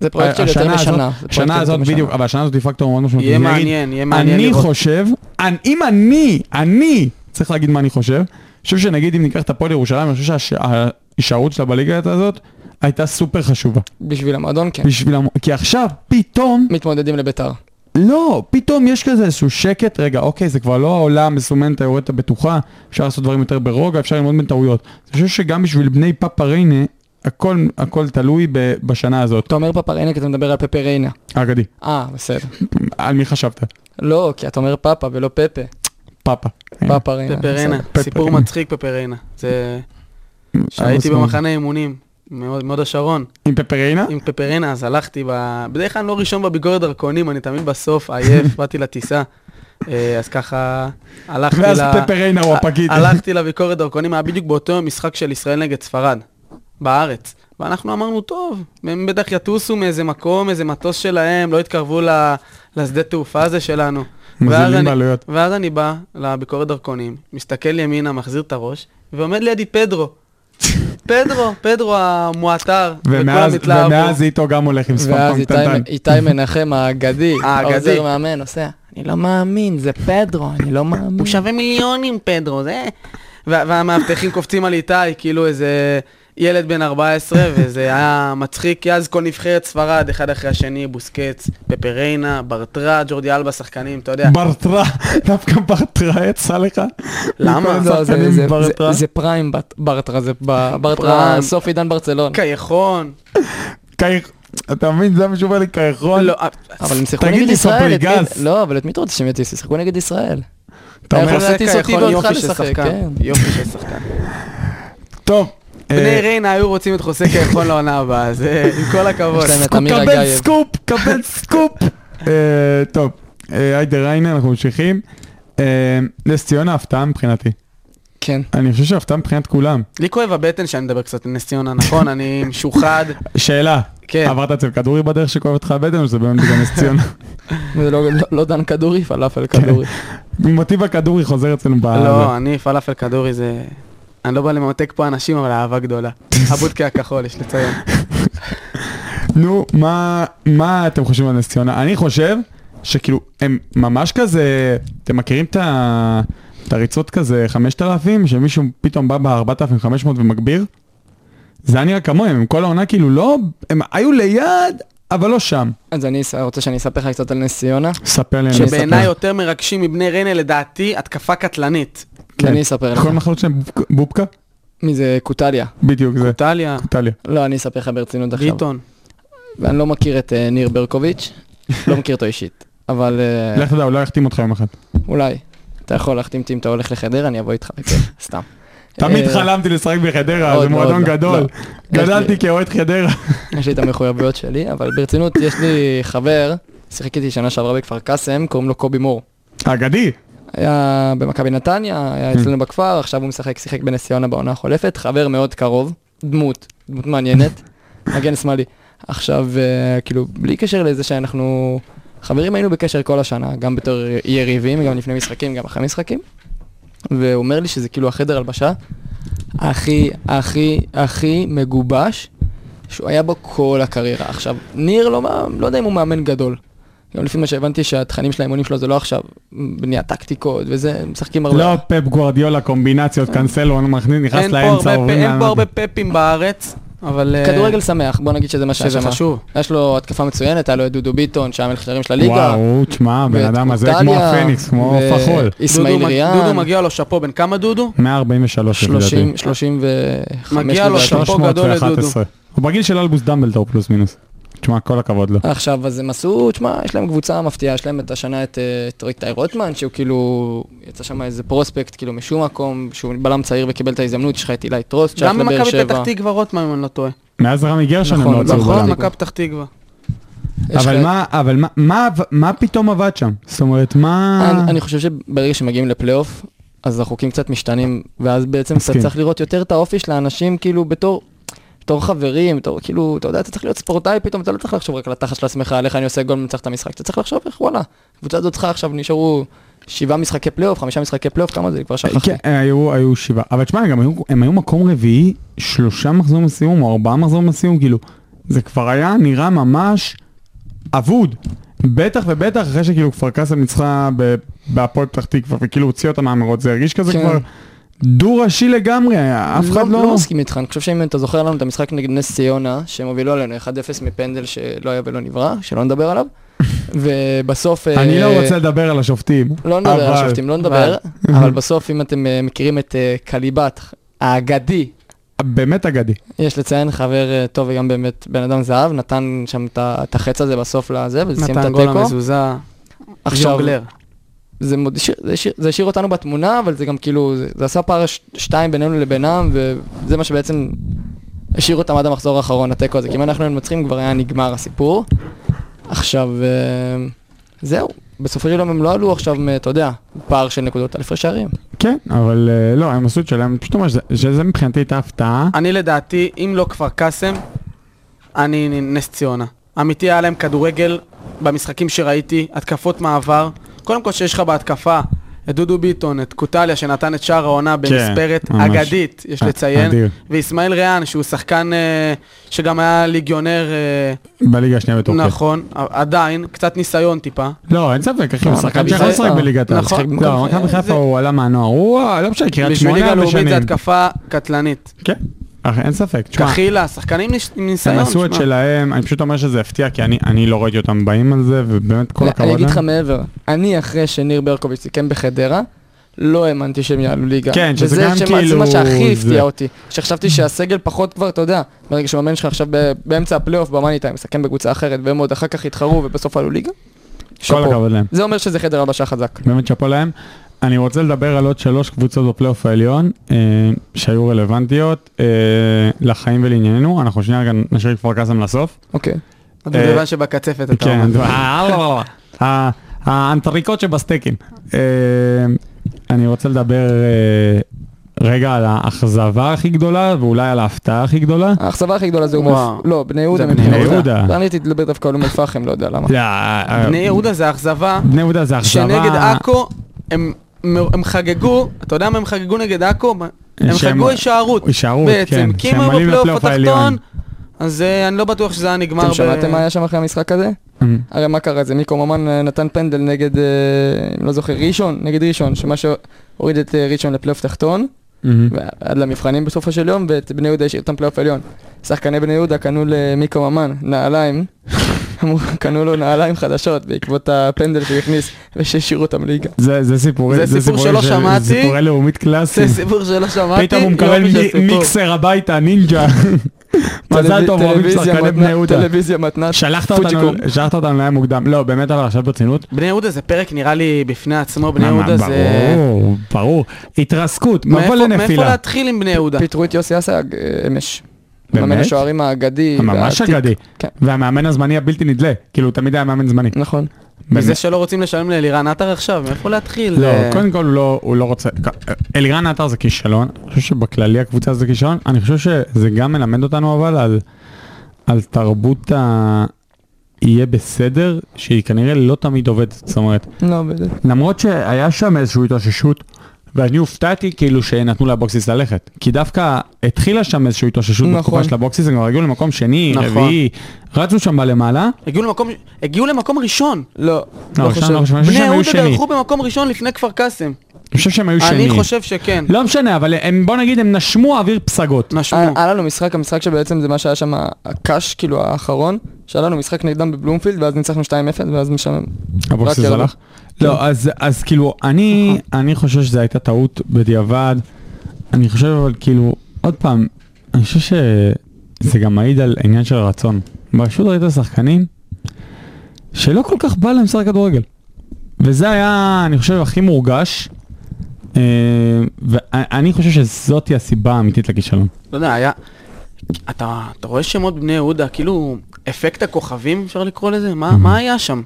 זה פרויקט של יותר השנה משנה. הזאת- זה פרויקט של השנה יותר הזאת משנה. בדיוק, אבל השנה הזאת היא פקטור מאוד משמעותי. יהיה אני אגיד, מעניין, יהיה מעניין אני לראות. חושב, אני- אם אני, אני, צריך להגיד מה אני חושב, אני חושב שנגיד אם ניקח את הפועל ירושלים, אני חושב שההישארות שלה בליגה הזאת הייתה סופר חשובה. בשביל המועדון, כן. בשביל, המ- כי עכשיו פתאום, מתמודדים לביתר. לא, פתאום יש כזה איזשהו שקט, רגע, אוקיי, זה כבר לא העולם המסומנת היורדת הבטוחה, אפשר לעשות דברים יותר ברוגע, אפשר ללמוד מטעויות. אני חושב שגם בשביל בני פאפה ריינה, הכל, הכל תלוי ב, בשנה הזאת. אתה אומר פפריינה כי אתה מדבר על פפה ריינה. אגדי, אה, בסדר. על מי חשבת? לא, כי אתה אומר פאפה ולא פפה. אה. פאפה. פאפה ריינה. פפרנה, בסדר. סיפור פפרנה. מצחיק פפרנה. זה... הייתי שמאל. במחנה אימונים, מאוד- מאוד השרון. עם פפריינה? עם פפרנה, אז הלכתי ב... בדרך כלל אני לא ראשון בביקורת דרכונים, אני תמיד בסוף עייף, באתי לטיסה. אה, אז ככה, הלכתי ואז ל- פפריינה הוא הפקיד. הלכתי לביקורת דרכונים, היה בדיוק באותו יום משחק של ישראל נגד ספרד, בארץ. ואנחנו אמרנו, טוב, הם בטח יטוסו מאיזה מקום, איזה מטוס שלהם, לא יתקרבו ל... לשדה תעופה הזה שלנו. מזלזלים ואז אני- בעלויות. ואז אני בא לביקורת דרכונים, מסתכל ימינה, מחזיר את הראש, ועומד לידי פדרו. פדרו, פדרו המועטר, וכולם ומאז התלהבו. ומאז איתו גם הולך עם ואז ספרפם איתי- קטנטן. איתי מנחם האגדי, האגדי. העוזר מאמן, עושה, אני לא מאמין, זה פדרו, אני לא מאמין. הוא שווה מיליונים, פדרו, זה... וה- והמאבטחים קופצים על איתי, כאילו איזה ילד בן 14, וזה היה מצחיק, כי אז כל נבחרת ספרד, אחד אחרי השני, בוסקץ, פפריינה, ברטרה, ג'ורדי אלבה, שחקנים, אתה יודע. ברטרה, דווקא ברטרה יצא לך? למה? מכל לא, זה- השחקנים זה- ברטרה? זה- זה פריים בת- ברטרה, זה ב- ברטרה פריים. כן. סוף עידן ברצלון. קייחון. קייח- אתה מבין? זה מה שהוא אומר לי, קייחון. לא, אבל הם שיחקו תגיד נגד לי, ישראל. את מי- סופריגס. לא, אבל את מי אתה רוצה שהם יטיסו? שיחקו נגד ישראל. אתה איך אומר, עושה- להטיס אותי קייחון, ואותך יופי של לשחק, שחקן. כן. יופי של שחקן. טוב. בני אה, ריינה היו רוצים את חוסה קייחון לעונה הבאה, זה עם כל הכבוד. יש להם את אמיר קבל אגייב. סקופ, קבל סקופ. אה, טוב, אה, היידה ריינה, אנחנו ממשיכים. אה, נס ציונה הפתעה מבחינתי. כן. אני חושב שהפתעה מבחינת כולם. לי כואב הבטן שאני מדבר קצת עם נס ציונה, נכון? אני משוחד. שאלה, כן. עברת אצל כדורי בדרך שכואבת לך הבטן או שזה באמת בגלל נס ציונה? זה לא- לא- לא דן כדורי, פלאפל כדורי. מוטיב הכדורי חוזר אצלנו ב... לא, אני פלאפל לא, כדורי זה אני לא בא לממתק פה אנשים, אבל אהבה גדולה. הבודקה הכחול, יש לציין. נו, מה, מה אתם חושבים על נס ציונה? אני חושב שכאילו, הם ממש כזה, אתם מכירים את ה- את הריצות כזה 5,000, שמישהו פתאום בא ב-4,500 ומגביר? זה היה נראה כמוהם, הם כל העונה כאילו לא, הם היו ליד, אבל לא שם. אז אני ס- רוצה שאני אספר לך קצת על נס ציונה. ספר לי, אני שבעיניי אספר. יותר מרגשים מבני ריינה, לדעתי, התקפה קטלנית. כן. אני אספר לך. כל מחלות שלהם בוב- בובקה? מי זה? קוטליה. בדיוק זה, טליה, טליה. לא, אני אספר לך ברצינות עכשיו. ביטון. ואני לא מכיר את אה, ניר ברקוביץ', לא מכיר אותו אישית. אבל אה, לך תדע, אולי יחתים אותך יום אחד. אולי. אתה יכול להחתים אותי אם אתה הולך לחדרה, אני אבוא איתך, כן, סתם. תמיד אה, חלמתי לשחק בחדרה, עוד זה לא, מועדון עוד לא, גדול. לא. גדלתי כאוהד חדרה. יש לי את המחויבויות שלי, אבל ברצינות, יש לי חבר, שיחק איתי שנה שעברה בכפר קאסם, קוראים לו קובי מור. אגדי. היה במכבי נתניה, היה כן. אצלנו בכפר, עכשיו הוא משחק, שיחק בנס ציונה בעונה החולפת, חבר מאוד קרוב, דמות, דמות מעניינת, מגן שמאלי. עכשיו, אה, כאילו, בלי קשר לזה שאנחנו... חברים היינו בקשר כל השנה, גם בתור יריבים, גם לפני משחקים, גם אחרי משחקים. והוא אומר לי שזה כאילו החדר הלבשה הכי, הכי, הכי מגובש שהוא היה בו כל הקריירה. עכשיו, ניר לא, מה- לא יודע אם הוא מאמן גדול. גם לפי מה שהבנתי שהתכנים של האימונים שלו זה לא עכשיו בניית טקטיקות וזה, הם משחקים הרבה. אה, לא פפ גוורדיולה, קומבינציות, קאנסלו, אני מכניס, נכנס אין פה הרבה לאמצע, פ- עוברים אין פה הרבה לאמצע. פפים בארץ, אבל... אה, כדורגל שמח, בוא נגיד שזה מה שהיה שזה שם. חשוב. יש לו התקפה מצוינת, היה לו את דודו ביטון, שהיה מלך שערים של הליגה. וואו, תשמע, הבן ואת אדם הזה קוטליה, כמו הפניקס, כמו ו- פחול. דודו אסמאעיל מג- דודו ריאן, מגיע לו שאפו, בן כמה דודו? 143 לפי 30, דעתי. 35 מגיע לו לדעתי. שאפו. גדול לדודו. 311. הוא בגיל של אלבוס דמבלדור פלוס מינוס. תשמע, כל הכבוד לו. עכשיו, אז הם עשו, תשמע, יש להם קבוצה מפתיעה, יש להם את השנה את, אה, את איתי רוטמן, שהוא כאילו, יצא שם איזה פרוספקט, כאילו, משום מקום, שהוא בלם צעיר וקיבל את ההזדמנות, יש לך את אילי טרוסט, שייך גם לבאר במכבי שבע. פתח תקווה רוטמן, אם אני לא טועה. מאז רמי גרשון הם נכון, לא הוציאו נכון, בלם. מכבי פתח תקווה. יש לך אבל את- מה, אבל מה- מה, מה פתאום עבד שם? זאת אומרת, מה... אני, אני חושב שברגע שמגיעים לפלייאוף, אז החוקים קצת משתנים, ואז בעצם אתה מסכים. צריך לראות יותר את האופי של האנשים, כאילו, בתור... בתור חברים, בתור, כאילו, אתה יודע, אתה צריך להיות ספורטאי פתאום, אתה לא צריך לחשוב רק לתחת של עצמך, על איך אני עושה גול ומנצח את המשחק, אתה צריך לחשוב איך, וואלה, הקבוצה הזאת צריכה עכשיו, נשארו שבעה משחקי פלייאוף, חמישה משחקי פלייאוף, כמה זה? כבר שכחתי. כן, היו, היו שבעה. אבל תשמע, גם היו, הם היו מקום רביעי, שלושה מחזורים לסיום, או ארבעה מחזורים לסיום, כאילו, זה כבר היה נראה ממש אבוד. בטח ובטח אחרי שכאילו כפר קאסם ניצחה ב- בהפועל פתח תקווה, וכאילו הוציא אותה מהמרוץ, זה הרגיש כזה כן. כבר דו-ראשי לגמרי, אף אחד לא לא... מסכים איתך, אני חושב שאם אתה זוכר לנו את המשחק נגד נס ציונה, שהם הובילו עלינו 1-0 מפנדל שלא היה ולא נברא, שלא נדבר עליו, ובסוף... אני אה, לא רוצה לדבר על השופטים. לא נדבר על אבל- השופטים, לא נדבר, אבל בסוף אם אתם אה, מכירים את אה, קליבת, האגדי, באמת אגדי. יש לציין חבר אה, טוב וגם באמת בן אדם זהב, נתן שם את ה- את החץ הזה בסוף לזה, וזה סיים את נתן גול התיקו. המזוזה, עכשיו, ז'ונגלר. זה מוד- השאיר- זה השאיר- זה השאיר אותנו בתמונה, אבל זה גם כאילו, זה- זה עשה פער ש- שתיים בינינו לבינם, וזה מה שבעצם השאיר אותם עד המחזור האחרון, התיקו הזה. כי אם אנחנו היינו מנצחים, כבר היה נגמר הסיפור. עכשיו, אה, זהו. בסופו של יום הם לא עלו עכשיו, מ- אתה יודע, פער של נקודות על הפרש שערים. כן, אבל אה, לא, הם עשו את שלהם, פשוט אומר שזה- שזה מבחינתי הייתה הפתעה. אני לדעתי, אם לא כפר קאסם, אני נס ציונה. אמיתי היה להם כדורגל במשחקים שראיתי, התקפות מעבר. קודם כל שיש לך בהתקפה את דודו ביטון, את קוטליה שנתן את שער העונה במספרת כן, ממש. אגדית, יש אה, לציין. אדיר. ואיסמעיל ריאן, שהוא שחקן אה, שגם היה ליגיונר, אה, בליגה השנייה בטורקיה. נכון, עדיין, קצת ניסיון טיפה. לא, אין ספק, אחי, הוא לא, שחקן מכבי שיכול חיפה. לשחק בליגת העל. נכון. לא, מכבי חיפה זה- הוא עלה מהנוער, הוא לא משנה, קריית בשביל שמונה ליגה הרבה לאומית זה שנים. התקפה קטלנית. כן, אך, אין ספק. תשמע, קחילה, שחקנים ניס- עם ניסיון. הם עשו את שמע. שלהם, אני פשוט אומר שזה הפתיע, כי אני- אני לא ראיתי אותם באים על זה, ובאמת כל אני- הכבוד אה? אני אגיד לך להם. מעבר, אני אחרי שניר ברקוביץ' סיכם בחדרה, לא האמנתי שהם יעלו ליגה. כן, שזה גם וזה שמה- זה כאילו- מה שהכי זה. הפתיע אותי, שחשבתי שהסגל פחות כבר, אתה יודע, ברגע שהמאמן שלך עכשיו ב- באמצע הפלייאוף במאני טיים, מסכם בקבוצה אחרת, והם עוד אחר כך התחרו ובסוף עלו ליגה. כל שאפו. הכבוד להם. זה אומר שזה חדר הבשה חזק. באמת שאפו להם. אני רוצה לדבר על עוד שלוש קבוצות בפלייאוף העליון אה, שהיו רלוונטיות אה, לחיים ולענייננו. אנחנו שנייה רגע נשאיר את כפר קאסם לסוף. אוקיי. הדובדבן שבקצפת, אתה אה, כן, אומר. אה, לא, לא, לא. ה- האנטריקוט שבסטייקים. אה, אני רוצה לדבר אה, רגע על האכזבה הכי גדולה ואולי על ההפתעה הכי גדולה. האכזבה הכי גדולה זה אום וואו. אל- לא, בני יהודה זה בני מבחינתי. יהודה. אני הייתי לדבר דווקא על אום אל-פחם, לא יודע למה. לא, אה, בני יהודה זה אכזבה, בני יהודה זה אכזבה. אה, שנגד עכו הם הם חגגו, אתה יודע מה הם חגגו נגד עכו? הם שהם- חגגו הישארות. הישארות, בעצם, כן, כי שהם אם עולים היו לפלייאוף בפלייאוף העליון. התחתון, אז אה, אני לא בטוח שזה היה נגמר. אתם ב- שמעתם מה היה שם אחרי המשחק הזה? אמ, הרי מה קרה? זה מיקו ממן אה, נתן פנדל נגד, אה, אני לא זוכר, ראשון, נגד ראשון, שמה שהוריד את אה, ראשון לפלייאוף תחתון, אמ. ועד למבחנים בסופו של יום, ואת בני יהודה השאיר אותם פלייאוף עליון. שחקני בני יהודה קנו למיקו ממן נעליים, אמרו, קנו לו נעליים חדשות בעקבות הפנדל שהוא הכניס, ושהשאירו אותם ליגה. זה זה סיפורי, זה סיפור סיפורי שלא של- שמעתי. סיפורי לאומית זה קלאסיים. סיפור שלא שמעתי. לא פתאום הוא מקבל יופי של מי- סיפור. מיקסר הביתה, נינג'ה. מזל טלוויז- טוב, אוהבים טלוויזיה שחקני מתנת- בני יהודה. טלוויזיה מתנת. שלחת אותנו, פוג'יקום. שלחת אותנו להם מוקדם. לא, באמת, אבל עכשיו ברצינות. בני יהודה זה פרק נראה לי בפני עצמו, בני מה, מה, יהודה זה... ברור, ברור. התרסקות, מבוא מאיפה- מאיפה לנפילה. להתחיל עם בני יהודה? פיטרו את יוסי אסג אה, אמש. באמת? מאמן השוערים האגדי. ממש אה, והעתיק. אגדי. כן. והמאמן הזמני הבלתי נדלה. כאילו, הוא תמיד היה מאמן זמני. נכון. מזה באמת. שלא רוצים לשלם לאלירן עטר עכשיו, מאיפה להתחיל? לא, אה, קודם כל הוא לא- הוא לא רוצה... אלירן עטר זה כישלון, אני חושב שבכללי הקבוצה זה כישלון, אני חושב שזה גם מלמד אותנו אבל על, על תרבות ה... יהיה בסדר, שהיא כנראה לא תמיד עובדת, זאת אומרת, לא, בדיוק. למרות שהיה שם איזושהי התאוששות, ואני הופתעתי כאילו שנתנו לאבוקסיס ללכת, כי דווקא התחילה שם איזושהי התאוששות נכון. בתקופה של אבוקסיס, הם כבר הגיעו למקום שני, נכון. רביעי, רצו שם בלמעלה, הגיעו למקום- הגיעו למקום ראשון. לא, לא, לא ראשון, לא חושב. ראשון, אני חושב בני שהם היו יהודה שני, דרכו במקום ראשון לפני כפר קאסם. אני חושב שהם היו שני, אני חושב שכן. לא משנה, אבל הם, בוא נגיד, הם נשמו אוויר פסגות. נשמו. היה היה לנו משחק, המשחק שבעצם זה מה שהיה שם הקאש, כאילו האחרון, שהיה לנו משחק נגדם בבלומפילד, ואז ניצחנו 2-0, ואז משם... אבוקסיס רק ירדו. הלך? לא, אז, אז כאילו, אני, אני חושב שזו הייתה טעות בדיעבד. אני חושב אבל כאילו, עוד פעם, אני חושב שזה גם מעיד על עניין של רצון. פשוט ראית שחקנים שלא כל כך בא להם לשחק כדורגל. וזה היה, אני חושב, הכי מורגש. אה, ואני חושב שזאתי הסיבה האמיתית לכישלון. לא יודע, היה... אתה, אתה רואה שמות בני יהודה, כאילו אפקט הכוכבים, אפשר לקרוא לזה? Mhm. מה, מה היה שם?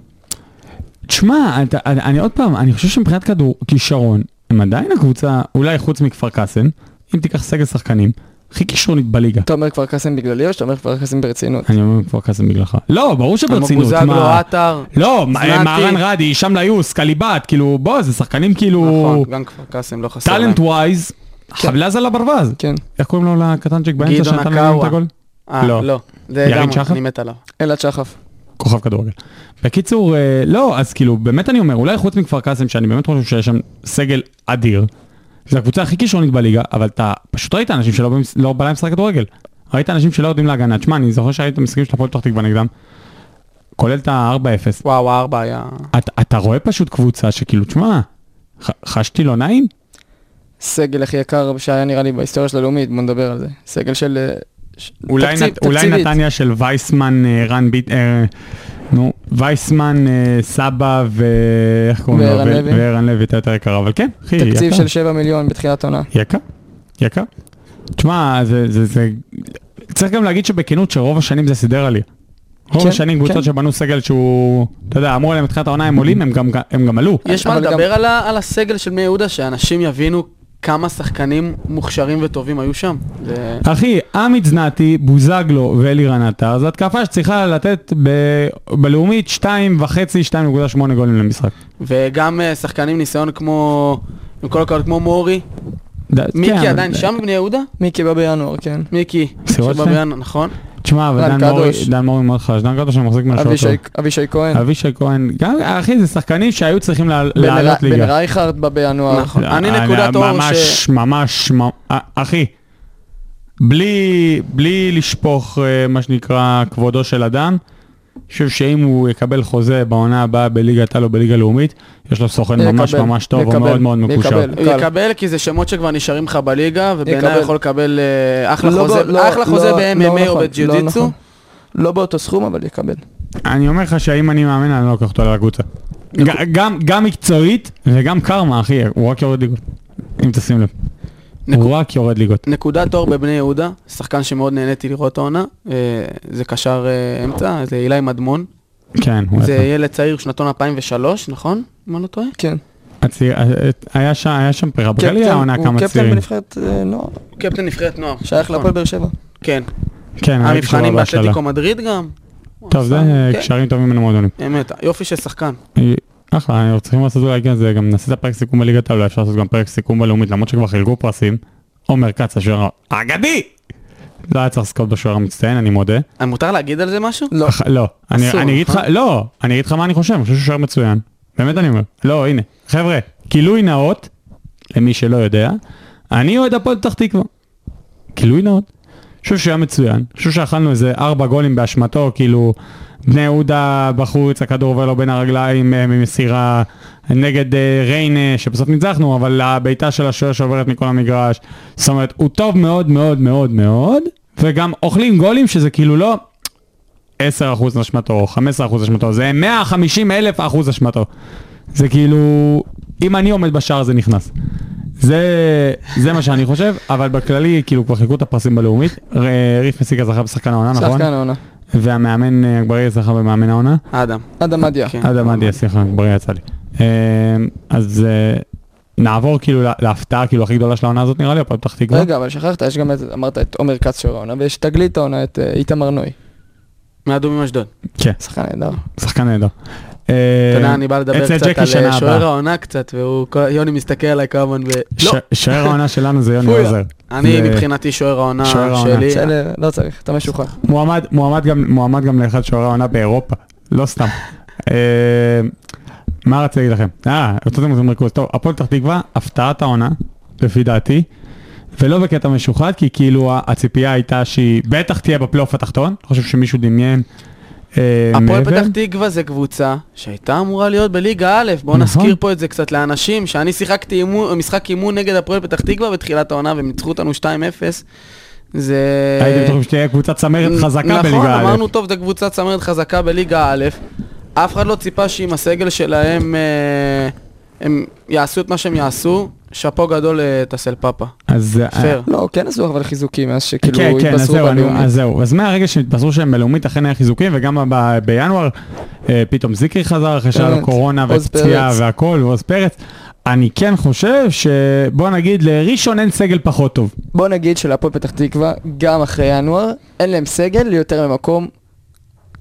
תשמע, אתה- אני, אני עוד פעם, אני חושב שמבחינת כדור, כישרון, הם עדיין הקבוצה, אולי חוץ מכפר קאסם, אם תיקח סגל שחקנים, הכי כישרונית בליגה. אתה אומר כפר קאסם בגללי, או שאתה אומר כפר קאסם ברצינות? אני אומר כפר קאסם בגללך. לא, ברור שברצינות, בוזגלו, מה... עטר, לא, מה- זנתי. מהרן רדי, שם ליוס, קליבת, כאילו, בוא, זה שחקנים כאילו... נכון, גם כפר קאסם לא חסר להם. טאלנט ווייז, חבלז על הברווז. כן. איך קוראים לו לקטנצ'יק באמצע גדעון שנתן לנו את אקאווה. הגול? אה, לא. לא. זה ירין גם, שחר? אני מת עליו. אלעד שחף. כוכב כדורגל. בקיצור, אה, לא, אז כאילו, באמת אני אומר, אולי חוץ מכפר קאסם, שאני באמת חושב שיש שם סגל אדיר, זו הקבוצה הכי כישרונית בליגה, אבל אתה פשוט ראית אנשים שלא במס- לא בא להם לשחק כדורגל. ראית אנשים שלא יודעים להגנה. תשמע, אני זוכר שהיית משחקים של הפועל פתח תקווה נגדם, כולל את ה-4-0. וואו, הארבע היה... אתה- אתה רואה פשוט קבוצה שכאילו, תשמע, ח- חשתי לא נעים? סגל הכי יקר שהיה נראה לי בהיסטוריה של הלאומית, בוא נדבר על זה. סגל של... אה, ש- אולי תקציב- נת- אולי תקציבית. נתניה של וייסמן, אה, רן ביט... אה, נו, וייסמן, אה, סבא ו... איך קוראים לו? וערן ו- לוי. וערן לוי הייתה יותר יקרה, אבל כן, אחי, יקר. תקציב של 7 מיליון בתחילת עונה. יקר, יקר. תשמע, זה, זה, זה... צריך גם להגיד שבכנות שרוב השנים זה סידר עלי. רוב כן, השנים קבוצות כן. שבנו סגל שהוא, אתה יודע, אמרו עליהם מתחילת העונה הם עולים, הם גם, הם אה, גם עלו. יש מה אבל גם- לדבר על ה- על הסגל של בני יהודה, שאנשים יבינו כמה שחקנים מוכשרים וטובים היו שם? זה- אחי, עמית זנתי, בוזגלו ואלירן עטר, זו התקפה שצריכה לתת ב... בלאומית 2.5, 2.8 גולים למשחק. וגם אה, שחקנים עם ניסיון כמו... עם כל הכבוד, כמו מורי. ד- כן, מיקי אבל- עדיין שם בבני יהודה? מיקי בא בינואר, כן. מיקי. סירות שבא שתיים? בינואר, נכון. תשמע, אבל רן דן מורי, קדוש. דן מורי מאוד חלש, דן קדוש אני מחזיק ממנו אבישי- טוב. אבישי כהן. אבישי כהן, גם, אחי, זה שחקנים שהיו צריכים לה- בן לעלות ר- בן ליגה. רייכרד בא בינואר. נכון. לא, אני נקודת אור ש... ממש, ממש, ממש, אחי, בלי, בלי לשפוך אה, מה שנקרא כבודו של אדם, אני חושב שאם הוא יקבל חוזה בעונה הבאה בליגת העל או בליגה לאומית, יש לו סוכן יקבל, ממש ממש טוב, הוא יקבל, מאוד מאוד מקושר. יקבל. הוא יקבל כי זה שמות שכבר נשארים לך בליגה, ובעיניי יקבל. יכול לקבל אה, אחלה לא חוזה, בא- לא- אחלה לא- חוזה לא ב-MMA או נכון, לא בג'יודיצו. נכון. לא באותו סכום, אבל יקבל. אני אומר לך שאם אני מאמן, אני לא לוקח אותו לקבוצה. נכון. ג- גם- גם מקצועית וגם קרמה, אחי, הוא רק יורד ליגות. אם תשים לב. נכון. הוא רק יורד ליגות. נקודת אור בבני יהודה, שחקן שמאוד נהניתי לראות העונה, אה, זה קשר אה, אמצע, זה אילי מדמון, כן, הוא זה יפה. ילד צעיר שנתון 2003, נכון? אם אני לא טועה? כן. הצעיר- אה, היה שם- היה שם פרח, בגלל קפטן- העונה כן, הוא כמה קפטן צעירים. בנבחרת אה, נוער. הוא קפטן נבחרת נוער. שייך נכון. להפועל באר שבע. כן, כן, ראיתי שהוא המבחנים רבה שלה. באתלטיקו מדריד גם. טוב, זה כן, קשרים טובים בין המועדונים. אמת, יופי של שחקן. אה, אחלה, כן, לא, אנחנו צריכים לעשות אולי גם זה, גם נעשה את הפרק סיכום בליגת העל, אולי אפשר לעשות גם פרק סיכום בלאומית, למרות שכבר חילקו פרסים. עומר כץ, השוער האגדי! לא היה צריך לזכות בשוער המצטיין, אני מודה. אה, מותר להגיד על זה משהו? לא. אח- לא, אני אסור, אני אגיד לך, נכון? לא, אני אגיד לך מה אני חושב, אני חושב שהוא שוער מצוין. באמת אני אומר. לא, הנה. חבר'ה, גילוי נאות, למי שלא יודע, אני אוהד הפועל פתח תקווה. גילוי נאות. אני חושב שהוא היה מצוין. אני חושב שאכלנו איזה ארבע גולים באשמתו, כאילו, בני יהודה בחוץ, הכדור עובר לו בין הרגליים אה, ממסירה נגד אה, ריינה, שבסוף ניצחנו, אבל הבעיטה של השוער שעוברת מכל המגרש. זאת אומרת, הוא טוב מאוד מאוד מאוד מאוד, וגם אוכלים גולים שזה כאילו לא 10% אשמתו, 15% אשמתו, זה 150 אלף אחוז אשמתו. זה כאילו, אם אני עומד בשער זה נכנס. זה, זה מה שאני חושב, אבל בכללי, כאילו, כבר חילקו את הפרסים בלאומית. ר- ריף מסיקה זכה בשחקן העונה, נכון? שחקן העונה. והמאמן אה, אגבריה זכה במאמן העונה. אדם. אדם מדיה. כן. אדם עדיה, סליחה, אגבריה יצא לי. אה, אז אה, נעבור כאילו לה- להפתעה כאילו הכי גדולה של העונה הזאת נראה לי, הפועל פתח תקווה. רגע, אבל שכחת, יש גם את, אמרת את עומר כץ שוער העונה, ויש תגלית העונה, את אה, איתמר נוי. מאדומים אשדוד. כן, שחקן נהדר. שחקן נהדר. אה, אתה יודע, אני בא לדבר אצל קצת ג'קי על שנה אה, שוער הבאה. העונה קצת, והוא, כל- יוני מסתכל עליי כל הזמן ו... לא. שוער העונה שלנו זה יוני פויה. עוזר. אני זה- מבחינתי שוער העונה שוער העונה. שלי. בסדר, לא צריך, אתה משוחרר. מועמד, מועמד, גם, מועמד גם לאחד שוערי העונה באירופה, לא סתם. אה, מה רציתי להגיד לכם? אה, הוצאתם אותם ריכוז. טוב, הפועל פתח תקווה, הפתעת העונה, לפי דעתי, ולא בקטע משוחד, כי כאילו ה- הציפייה הייתה שהיא בטח תהיה בפלייאוף התחתון, אני חושב שמישהו דמיין. אה, הפועל מעבר. פתח תקווה זה קבוצה שהייתה אמורה להיות בליגה א', בואו נכון. נזכיר פה את זה קצת לאנשים, שאני שיחקתי אימון- משחק אימון נגד הפועל פתח תקווה בתחילת העונה והם ניצחו אותנו 2-0. זה... הייתם בטוחים שתהיה קבוצת צמרת חזקה אה, נכון, בליגה א'. אמרנו טוב, זו קבוצה צמרת חזקה בליגה א', אף אחד לא ציפה שעם הסגל שלהם אה, הם יעשו את מה שהם יעשו, שאפו גדול לטסל פאפה. אז אה, פייר. לא, הוא כן עשו אבל חיזוקים, מאז כן, שכאילו כן, אז כאילו, התבשרו זהו, אני- אז בלאומית. זהו. אז מהרגע שהתבשרו שהם בלאומית, אכן היה חיזוקים, וגם ב- בינואר אה, פתאום זיקרי חזר אחרי שהיה לו באמת. קורונה עוז ופציעה פרץ. והכל, ועוז פרץ. אני כן חושב שבוא נגיד לראשון אין סגל פחות טוב. בוא נגיד שלהפועל פתח תקווה, גם אחרי ינואר, אין להם סגל ליותר ממקום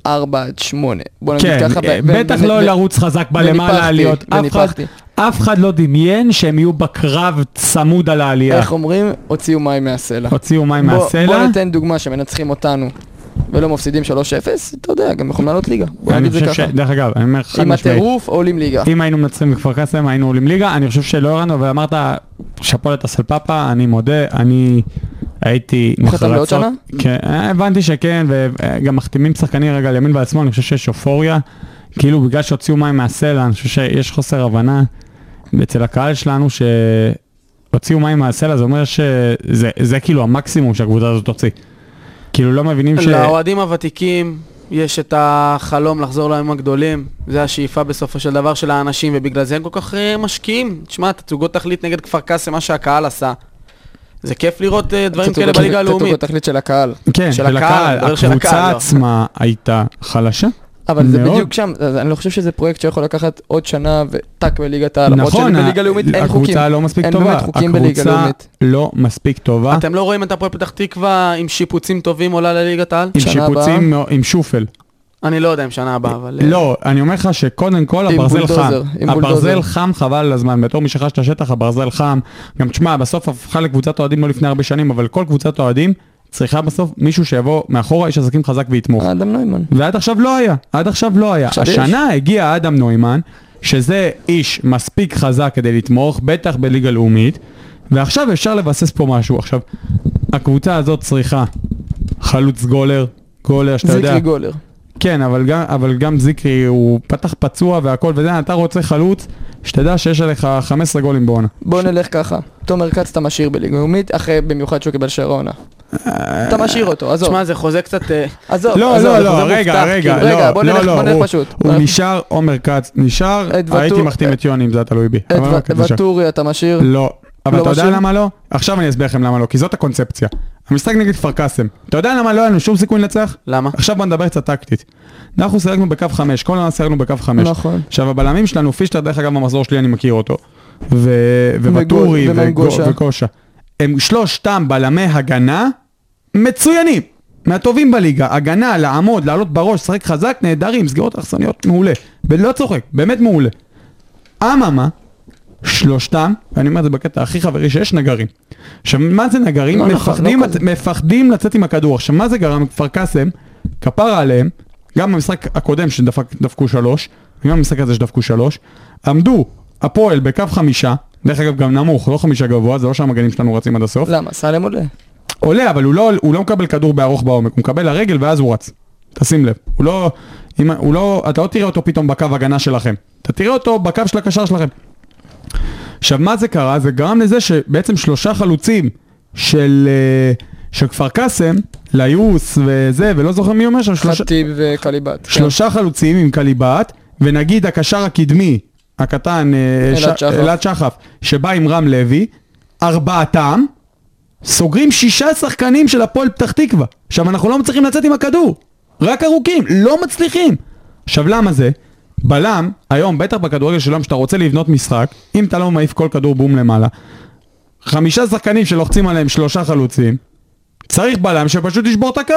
4 עד 8. בוא נגיד כן, ככה. ו- אה, ו- בטח ו- לא ו- לרוץ חזק בלמעלה וניפחתי, עליות. אף אחד- וניפחתי. אף אחד לא דמיין שהם יהיו בקרב צמוד על העלייה. איך אומרים? הוציאו מים מהסלע. הוציאו מים בוא- בוא מהסלע. ניתן דוגמה שמנצחים אותנו ולא מפסידים 3-0, אתה יודע, גם יכולים לעלות ליגה. בוא אני נגיד זה חושב ש... ככה. דרך אגב, אני אומר חד עם משמעית. הטירוף עולים ליגה. אם היינו מנצחים בכפר קאסם היינו עולים ליגה, אני חושב שלא ירדנו, אבל אמרת שאפו לטסלפאפה, אני מודה, אני הייתי הוא חתם לעוד שנה? כן, אה, הבנתי שכן, וגם מחתימים שחקנים רגע על ימין ועל שמאל, אני חושב שיש אופוריה, כאילו בגלל שהוציאו מים מהסלע, אני חושב שיש חוסר הבנה אצל הקהל שלנו ש... הוציאו מים מהסלע, זה אומר שזה זה כאילו המקסימום שהקבוצה הזאת תוציא. כאילו לא מבינים ש... לאוהדים הוותיקים יש את החלום לחזור לימים הגדולים, זה השאיפה בסופו של דבר של האנשים, ובגלל זה הם כל כך אה, משקיעים. תשמע, תצוגות תכלית נגד כפר קאסם, מה שהקהל עשה. זה כיף לראות אה, דברים כאלה תצוגות- בליגה תצוגות הלאומית. תכלית של הקהל. כן, של של הקהל, הקהל, דרך של הקהל, הקבוצה לא. עצמה הייתה חלשה. אבל זה מאוד. בדיוק שם, אז אני לא חושב שזה פרויקט שיכול לקחת עוד שנה וטאק בליגת העל. למרות נכון, שבליגה לאומית אין חוקים. הקבוצה לא מספיק אין טובה. באמת חוקים בליגה לאומית. הקבוצה לא מספיק טובה, אתם לא רואים את הפועל פתח תקווה עם שיפוצים טובים עולה לליגת העל? עם שנה שיפוצים, מאו- עם שופל. אני לא יודע אם שנה הבאה, אבל... אה, לא, אני אומר לך שקודם כל עם הברזל חם. בולדוזר, עם הברזל בולדוזר. חם חבל על הזמן, בתור מי שחש את השטח הברזל חם. גם תשמע, בסוף הפכה לקבוצת אוהדים לא לפני הרבה שנים, אבל כל קבוצת אוהדים צריכה בסוף מישהו שיבוא מאחורה, איש עסקים חזק ויתמוך. אדם נוימן. ועד עכשיו לא היה, עד עכשיו לא היה. עכשיו יש. השנה הגיע אדם נוימן, שזה איש מספיק חזק כדי לתמוך, בטח בליגה לאומית, ועכשיו אפשר לבסס פה משהו. עכשיו, הקבוצה הזאת צריכה חלוץ גולר, גולר שאתה יודע, זיקרי גולר. כן, אבל גם, אבל גם זיקרי הוא פתח פצוע והכל וזה, אתה רוצה חלוץ, שתדע שיש עליך 15 גולים בעונה. בוא נלך ככה. תומר כץ אתה משאיר בליגה לאומית, אחרי במיוחד שהוא קיבל שער העונה. אתה משאיר אותו, עזוב. תשמע, זה חוזה קצת... אה, עזוב, אה, לא, אוקיי, עזוב, לא, זה לא, חוזה רגע, מובטח, רגע, כאילו. לא, רגע, בוא נלך לא, לא, בוא נלך הוא- פשוט. אה? הוא נשאר, עומר כץ נשאר, את ואטור- הייתי מחתים את יוני אם זה היה תלוי בי. אבל עומר את כץ אה, ו- נשאר. ואטורי אתה משאיר? לא. אבל לא אתה יודע משהו? למה לא? עכשיו אני אסביר לכם למה לא, כי זאת הקונספציה. המשחק נגד כפר קאסם. אתה יודע למה לא היה לנו שום סיכוי לנצח? למה? עכשיו בוא נדבר קצת טקטית. אנחנו שיחקנו בקו חמש, כל הזמן שיחקנו בקו חמש. נכון. עכשיו הבלמים שלנו, פישטר דרך אגב במחזור שלי אני מכיר אותו. ו- וואטורי וגול- וגו- ומנגושה. וקושה. הם שלושתם בלמי הגנה מצוינים. מהטובים בליגה, הגנה, לעמוד, לעלות בראש, לשחק חזק, נהדרים, סגירות אלכסוניות, מעולה. ולא צוחק, באמת מעולה. אממה, שלושתם, ואני אומר את זה בקטע הכי חברי שיש, נגרים. עכשיו, מה זה נגרים? לא נכון, מפחדים, לא כזה. מפחדים לצאת עם הכדור. עכשיו, מה זה גרם לכפר קאסם? כפרה עליהם, גם במשחק הקודם שדפקו שלוש, גם במשחק הזה שדפקו שלוש, עמדו הפועל בקו חמישה, דרך אגב גם נמוך, לא חמישה גבוה, זה לא שהמגנים שלנו רצים עד הסוף. למה? סלם עולה. עולה, אבל הוא לא, הוא לא מקבל כדור בארוך בעומק, הוא מקבל לרגל ואז הוא רץ. תשים לב, הוא לא, אם, הוא לא, אתה לא תראה אותו פתאום בקו הגנה שלכם, אתה תראה אותו בקו של הקשר שלכם. עכשיו, מה זה קרה? זה גרם לזה שבעצם שלושה חלוצים של, אה, של כפר קאסם, ליוס וזה, ולא זוכר מי אומר שם, שלושה, חטיב וקליבת. כן. שלושה חלוצים עם קליבת, ונגיד הקשר הקדמי, הקטן, אה, אלעד ש- שחף. אלעד שחף, שבא עם רם לוי, ארבעתם, סוגרים שישה שחקנים של הפועל פתח תקווה. עכשיו, אנחנו לא מצליחים לצאת עם הכדור, רק ארוכים, לא מצליחים. עכשיו, למה זה? בלם, היום, בטח בכדורגל של היום, שאתה רוצה לבנות משחק, אם אתה לא מעיף כל כדור בום למעלה, חמישה שחקנים שלוחצים עליהם שלושה חלוצים, צריך בלם שפשוט ישבור את הקו.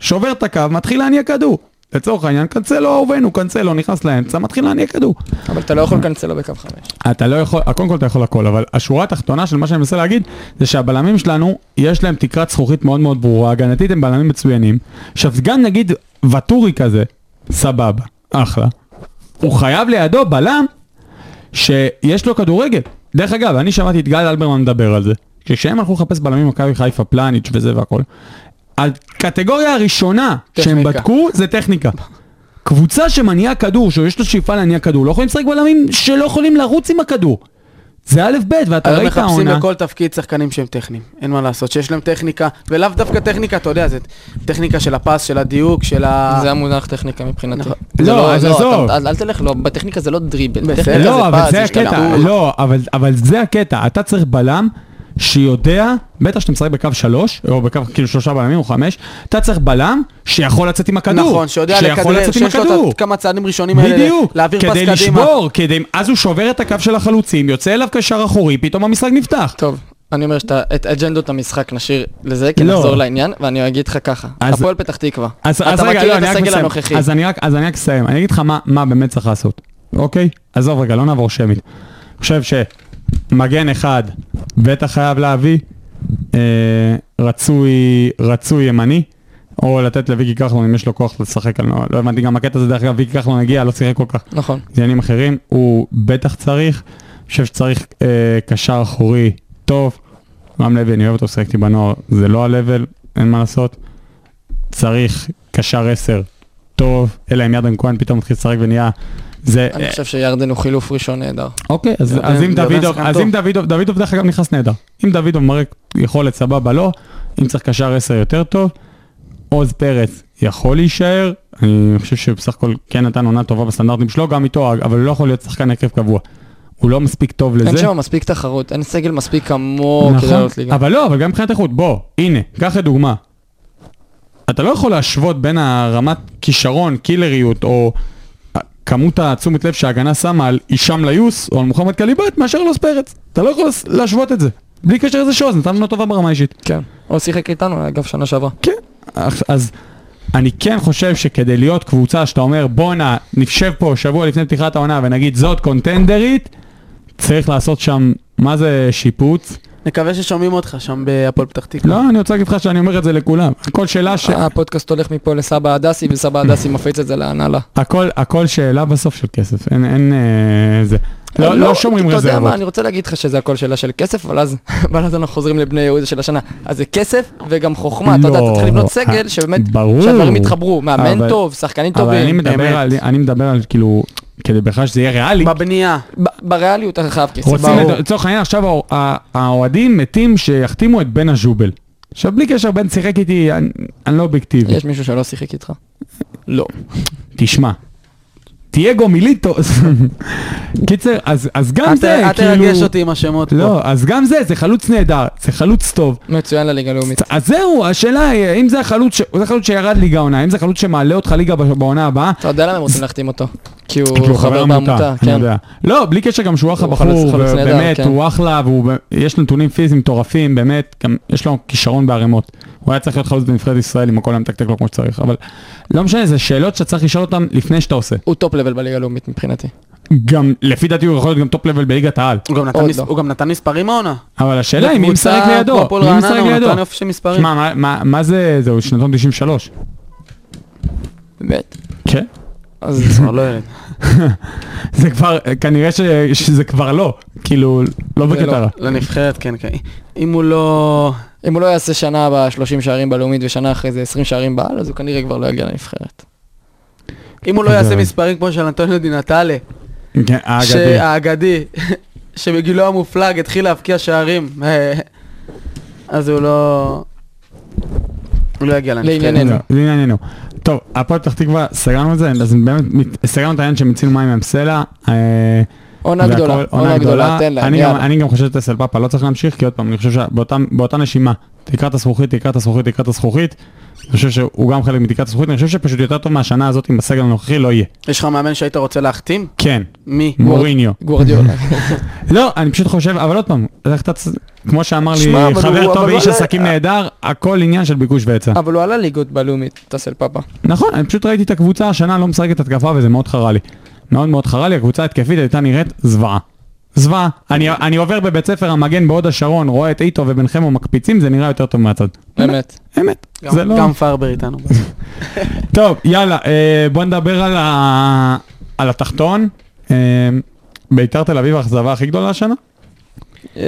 שובר את הקו, מתחיל להניע כדור. לצורך העניין, קנסלו אהובנו, קנסלו נכנס לאמצע, מתחיל להניע כדור. אבל אתה לא יכול לקנצלו בקו חמש. אתה לא יכול, קודם כל אתה יכול הכל, אבל השורה התחתונה של מה שאני מנסה להגיד, זה שהבלמים שלנו, יש להם תקרת זכוכית מאוד מאוד ברורה, הגנתית הם בלמים מצוינים. עכשיו גם נגיד ואטורי כזה, סבבה, אחלה. הוא חייב לידו בלם שיש לו כדורגל. דרך אגב, אני שמעתי את גל אלברמן מדבר על זה. כשהם הלכו לחפש בלמים מכבי חיפה, פלניץ' וזה והכל. הקטגוריה הראשונה שהם טכניקה. בדקו זה טכניקה. קבוצה שמניעה כדור, שיש לו שאיפה להניע כדור, לא יכולים לשחק בלמים שלא יכולים לרוץ עם הכדור. זה א' ב', ואתה היום ראית מחפשים העונה. לכל תפקיד שחקנים שהם טכניים, אין מה לעשות, שיש להם טכניקה, ולאו דווקא טכניקה, אתה יודע, זה טכניקה של הפס, של הדיוק, של ה... זה המונח טכניקה מבחינתי. נכון. זה אה. לא, אז זה עזוב. אתה- אל אל תלך, לא, בטכניקה זה לא דריבל. בסדר. בטכניקה לא, אבל פס, זה הקטע, השתלטות. לא, אבל- אבל זה הקטע, אתה צריך בלם שיודע, בטח שאתה משחק בקו שלוש, או בקו כאילו שלושה בלמים או חמש, אתה צריך בלם שיכול לצאת עם הכדור. נכון, שיודע שיכול לכדרר, לצאת עם שיש לו הכדור. את כמה צעדים ראשונים האלה, בדיוק, להעביר פס כדי קדימה. לשבור, כדי, אז הוא שובר את הקו של החלוצים, יוצא אליו קשר אחורי, פתאום המשחק נפתח. טוב, אני אומר שאת את אג'נדות המשחק נשאיר לזה, כי לא. נחזור לעניין, ואני אגיד לך ככה. אז- הפועל פתח תקווה. אז, אז אתה רגע, לא, מכיר את אני רק הסגל מסיים. הנוכחי. אז אני רק, אז אני רק אסיים. אני אגיד לך מה, מה באמת צריך לעשות, אוקיי? עזוב רגע, לא נעבור שמית. אני חושב שמגן אחד בטח חייב להביא, אה, רצוי, רצוי ימני, או לתת לוויקי כחלון אם יש לו כוח לשחק. אני לא, לא הבנתי גם הקטע הזה, דרך אגב, ויקי כחלון הגיע, לא שיחק כל כך. נכון. עניינים אחרים, הוא בטח צריך, אני חושב שצריך אה, קשר אחורי טוב. רם לוי, אני אוהב אותו, שיחקתי בנוער, זה לא ה-level, אין מה לעשות. צריך קשר 10 טוב, אלא אם ירדן כהן פתאום מתחיל לשחק ונהיה... זה... אני אה, חושב שירדן הוא חילוף ראשון נהדר. אוקיי, אז ירדן- אז אם ירדן דוידוב, שחקן אז טוב. אם דוידוב, דוידוב דרך אגב נכנס נהדר. אם דוידוב מראה יכולת סבבה, לא. אם צריך קשר 10 יותר טוב. עוז פרץ יכול להישאר, אני חושב שבסך הכל כן נתן עונה טובה בסטנדרטים שלו, גם איתו, אבל הוא לא יכול להיות שחקן הרכב קבוע. הוא לא מספיק טוב לזה. אין שם מספיק תחרות, אין סגל מספיק כמוהו כדי נכון, לעלות ליגה. אבל לא, אבל גם מבחינת איכות, בוא, הנה, קח לדוגמה. אתה לא יכול להשוות בין הרמת כישרון, קילריות, או כמות התשומת לב שההגנה שמה על הישאם ליוס, או על מוחמד קליבת, מאשר על אוס פרץ. אתה לא יכול לס- להשוות את זה. בלי קשר לזה שעוז, נתן לנו טובה ברמה האישית. כן. הוא שיחק איתנו, אגב, שנה שעברה. כן. אך- אז אני כן חושב שכדי להיות קבוצה שאתה אומר, בואנה, נשב פה שבוע לפני פתיחת העונה ונגיד זאת קונטנדרית, צריך לעשות שם, מה זה שיפוץ? נקווה ששומעים אותך שם בהפועל פתח תקווה. לא, אני רוצה להגיד לך שאני אומר את זה לכולם. הכל שאלה, ש... הפודקאסט הולך מפה לסבא הדסי, וסבא הדסי מפיץ את זה להנהלה. הכל, הכל שאלה בסוף של כסף. אין, אין אה, זה. לא, לא שומרים אתה יודע מה, רזרבות. אני רוצה להגיד לך שזה הכל שאלה של כסף, אבל אז אבל אז אנחנו חוזרים לבני יהודה של השנה. אז זה כסף וגם חוכמה, אתה יודע, אתה לא, צריך לבנות אה, סגל שבאמת, ברור. אה, שהדברים יתחברו, אבל- מאמן טוב, שחקנים אבל אני טובים, מדבר, באמת. על, אני מדבר על כאילו, כדי בכלל שזה יהיה ריאלי. בבנייה. ב- בריאליות אתה חייב כסף. רוצים, ברור. לד- לצורך העניין עכשיו האו- הא- האוהדים מתים שיחתימו את בן הז'ובל. עכשיו בלי קשר, בן שיחק איתי, אני, אני לא אובייקטיבי. יש מישהו שלא שיחק איתך? אה, לא. תשמע. תייגו מיליטו. קיצר, אז, אז גם זה, אל כאילו... תרגש אותי עם השמות פה. לא, אז גם זה, זה חלוץ נהדר, זה חלוץ טוב, מצוין לליגה הלאומית. אז זהו, השאלה היא, אם זה החלוץ, ש... זה חלוץ שירד ליגה עונה, אם זה חלוץ שמעלה אותך ליגה בש- בעונה הבאה, אתה יודע למה הם רוצים להחתים אותו? כי כי הוא חבר בעמותה, אני כן. יודע. לא, בלי קשר גם שהוא אחלה הוא חלוץ- בחור, חלוץ נהדר, ובאמת, כן. הוא אחלה, ויש לו נתונים פיזיים מטורפים, באמת, גם יש לו כישרון בערימות. הוא היה צריך להיות חלוץ בנבחרת ישראל אם הכל היה מתקתק לו כמו שצריך, אבל לא משנה, זה שאלות שאתה צריך לשאול אותן לפני שאתה עושה. הוא טופ לבל בליגה הלאומית מבחינתי. גם, לפי דעתי הוא יכול להיות גם טופ לבל בליגת העל. הוא גם נתן עוד מס- לא. הוא גם נתן מספרים העונה. אבל השאלה היא אה, מי בקבוצה משחק כמו לידו, הפועל מי רעננה משחק הוא לידו. נתן יופי של מספרים. שמע, מה- מה- מה זה, זהו, שנתון 93. באמת. כן. אז זה כבר לא ילד. זה כבר, כנראה ש- שזה כבר לא, כאילו, לא זה בקטע לא. רע. לנבחרת, כן, כן. אם הוא לא... אם הוא לא יעשה שנה הבאה 30 שערים בלאומית ושנה אחרי זה 20 שערים בעל, אז הוא כנראה כבר לא יגיע לנבחרת. אם הוא לא אז יעשה זה- מספרים כמו של אנטוניו דינטלה, כן, האגדי. אה, שהאגדי, שבגילו המופלג התחיל להבקיע שערים, אה, אז הוא לא... הוא לא יגיע לנבחרת. לענייננו. לא, זה ענייננו. טוב, הפועל פתח תקווה, סגרנו את זה, אז באמת, מת- סגרנו את העניין שמיצינו מים ים סלע. אה, עונה והכל- גדולה, עונה גדולה, תן להם, אני גם- יאללה. אני גם חושב שאצל פאפה לא צריך להמשיך, כי עוד פעם, אני חושב שבאותה נשימה, תקרת הזכוכית, תקרת הזכוכית, תקרת הזכוכית, אני חושב שהוא גם חלק מתקרת הזכוכית, אני חושב שפשוט יותר טוב מהשנה הזאת עם הסגל הנוכחי לא יהיה. יש לך מאמן שהיית רוצה להחתים? כן, מי? מוריניו. גוורדיולה. לא, אני פשוט חושב, אבל עוד פעם, לך תצ... כמו שאמר שמע, לי אבל חבר הוא- טוב אבל לא- אה. ואיש הוא- עסקים נהדר, הכל עניין של ביקוש והיצע. אבל הוא עלה ליגות בלאומית, טסל פאפה. נכון, אני פשוט ראיתי את הקבוצה השנה לא משחקת התקפה וזה מאוד חרה לי. מאוד מאוד חרה לי, הקבוצה ההתקפית הייתה נראית זוועה. זוועה. אני, אני עובר בבית ספר המגן בהוד השרון, רואה את איטו ובן חמו מקפיצים, זה נראה יותר טוב מהצד. באמת. אמת, גם- זה לא... גם פרבר איתנו. טוב, יאללה, אה, בוא נדבר על, ה... על התחתון. אה, ביתר תל אביב האכזבה הכי גדולה השנה? אה,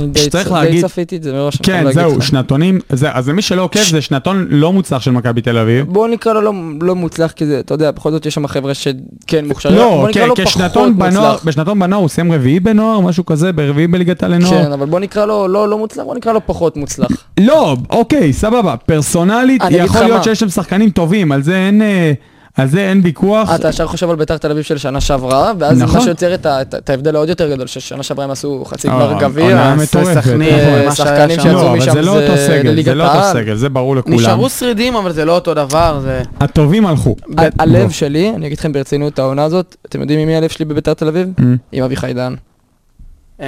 אני די שצריך צ- די להגיד- צפיתי את זה מראש. אני כן, חייב להגיד זהו, לך. שנתונים, זה, אז למי שלא עוקב, זה שנתון לא מוצלח של מכבי תל אביב. בוא נקרא לו לא- לא מוצלח, כי זה, אתה יודע, בכל זאת יש שם חבר'ה שכן מוכשרים. לא, בוא נקרא כן, לו פחות כשנתון בנוער, מוצלח. בשנתון בנוער הוא סיים רביעי בנוער, משהו כזה, ברביעי בליגת העל לנוער. כן, אבל בוא נקרא לו לא לא מוצלח, בוא נקרא לו פחות מוצלח. לא, אוקיי, סבבה, פרסונלית, אני אגיד לך יכול להיות מה. שיש שם שחקנים טובים, על זה אין, אה, על זה אין ויכוח. אה, אתה ישר חושב על ביתר תל אביב של שנה שעברה, ואז נכון. מה שיוצר את ה- את ה- את ההבדל העוד יותר גדול, ששנה שעברה הם עשו חצי אה, גמר עונה גביע, מטורפת, סכנין, נכון. מה שהיה אה, שחקנים שם. שיצאו לא, אבל משם זה לא אותו זה סגל, זה לליגת לא אותו העל. סגל, זה ברור לכולם. נשארו שרידים, אבל זה לא אותו דבר, זה... הטובים הלכו. לא, ה- אה. הלב שלי, אני אגיד לכם ברצינות, העונה הזאת, אתם יודעים עם מי הלב שלי בביתר תל אביב? אה, עם אביחי דהן.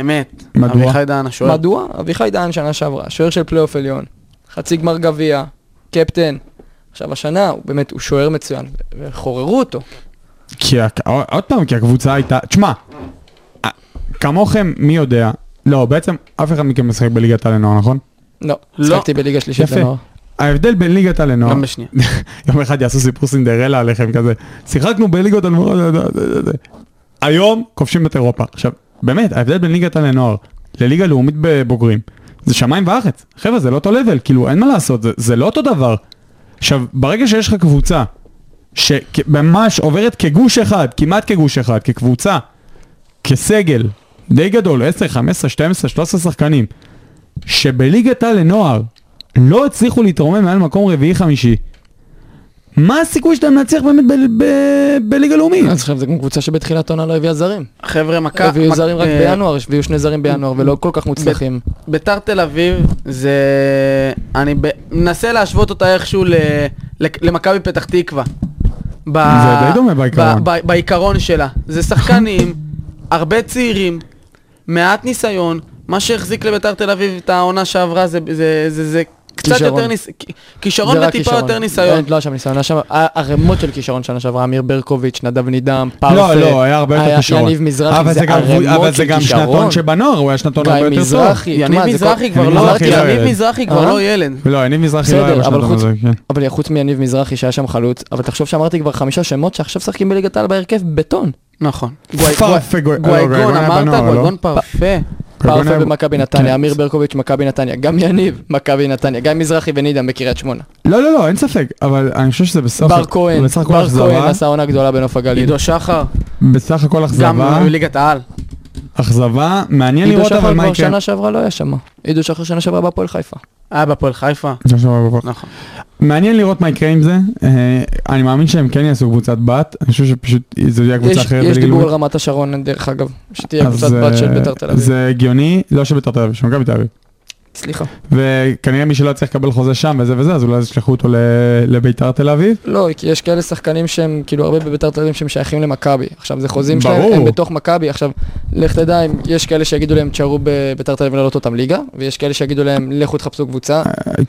אמת. מדוע? אביחי דהן השוער. מדוע? אביחי דהן שנה שעברה, שוער של פלייאוף עליון, חצי גמר גביע, קפטן. עכשיו השנה, הוא באמת, הוא שוער מצוין, ו- וחוררו אותו. כי, הק- עוד פעם, כי הקבוצה הייתה, תשמע, אה, כמוכם, מי יודע, לא, בעצם אף אחד מכם משחק בליגת העל לנוער, נכון? לא, לא. משחקתי בליגה שלישית יפה. לנוער. ההבדל בין ליגת העל לנוער, גם בשנייה. יום אחד יעשו סיפור סינדרלה עליכם כזה, שיחקנו בליגות על מורה, זה, זה, זה, זה. היום כובשים את אירופה. עכשיו, באמת, ההבדל בין ליגת העל לנוער לליגה לאומית בבוגרים, זה שמיים וארץ. חבר'ה, זה לא אותו לבל, כאילו, אין מה לעשות, זה, זה לא אותו דבר. עכשיו, ברגע שיש לך קבוצה, שממש עוברת כגוש אחד, כמעט כגוש אחד, כקבוצה, כסגל, די גדול, 10, 15, 12, 13 שחקנים, שבליגת העל לנוער לא הצליחו להתרומם מעל מקום רביעי-חמישי, מה הסיכוי שאתה מנצח באמת ב- ב- בליגה לאומית? אז עכשיו זה גם קבוצה שבתחילת העונה לא הביאה זרים. חבר'ה, מכה... הביאו מק- זרים רק אה, בינואר, הביאו שני זרים בינואר, ולא כל כך מוצלחים. ביתר תל אביב זה... אני ב- מנסה להשוות אותה איכשהו ל- לק- למכבי פתח תקווה. ב... זה די דומה בעיקרון. ב... ב... בעיקרון שלה. זה שחקנים, הרבה צעירים, מעט ניסיון. מה שהחזיק לביתר תל אביב את העונה שעברה זה, זה, זה, זה קצת כישרון. יותר ניסיון. כישרון זה רק וטיפה יותר ניסיון. לא, לא היה שם ניסיון, היה שם ערימות של כישרון שנה שעברה, אמיר ברקוביץ', נדב נידם, פרפה. לא, לא, היה הרבה יותר היה כישרון. יניב מזרחי, אבל זה גם- אבל ערימות זה של גם שנתון כישרון. שבנוער, הוא היה שנתון הרבה יותר גיא טוב. מזרחי, יניב תשמע, זה כל- מזרחי כבר יניב לא... מזרחי לא יניב ילד. מזרחי כבר אה? לא ילד. לא, יניב מזרחי לא היה בסדר, אבל בשנתון חוץ- הזה, כן. אבל יא, חוץ מיניב מזרחי שהיה שם חלוץ, אבל תחשוב שאמרתי כבר חמישה שמות שעכשיו משחקים בליגת העל בהרכב בטון. נכון. פרפה גוי- לא, גוייגון גוייגון היה אמרת? בנוער, לא? גוייגון פרפה. קורבן פרפה היה- במכבי כן. נתניה, אמיר ברקוביץ' מכבי נתניה, גם יניב מכבי נתניה, גם מזרחי ונידם בקריית שמונה. לא, לא, לא, אין ספק, אבל אני חושב שזה בסך בר כהן, בסך הכל בר כהן אכזבה, עשה עונה גדולה בנוף הגליל. עידו שחר, בסך הכל גם אכזבה, ליגת העל. אכזבה, מעניין לא עידו לראות שחר אבל מה כבר יקרה. שנה שעברה לא היה שם. עידו שחר שנה שעברה בהפועל חיפה. היה בהפועל חיפה. שנה שעברה בפועל. נכון. מעניין לראות מה יקרה עם זה, אה, אני מאמין שהם כן יעשו קבוצת בת, אני חושב שפשוט זו תהיה קבוצה יש אחרת. יש בליגה דיבור על לאומית. רמת השרון דרך אגב, שתהיה אז, קבוצת בת של אה, ביתר תל אביב. זה הגיוני, לא של ביתר תל אביב, של מכבי תל אביב. סליחה. וכנראה מי שלא יצליח לקבל חוזה שם וזה וזה, אז אולי ישלחו אותו ל- לביתר תל אביב. לא, כי יש כאלה שחקנים שהם, כאילו, הרבה בביתר תל אביב שהם שייכים למכבי. עכשיו, זה חוזים שלהם, ברור. הם בתוך מכבי. עכשיו, לך תדע אם יש כאלה שיגידו להם, תשארו בביתר תל אביב ולהעלות אותם ליגה, ויש כאלה שיגידו להם, לכו תחפשו קבוצה.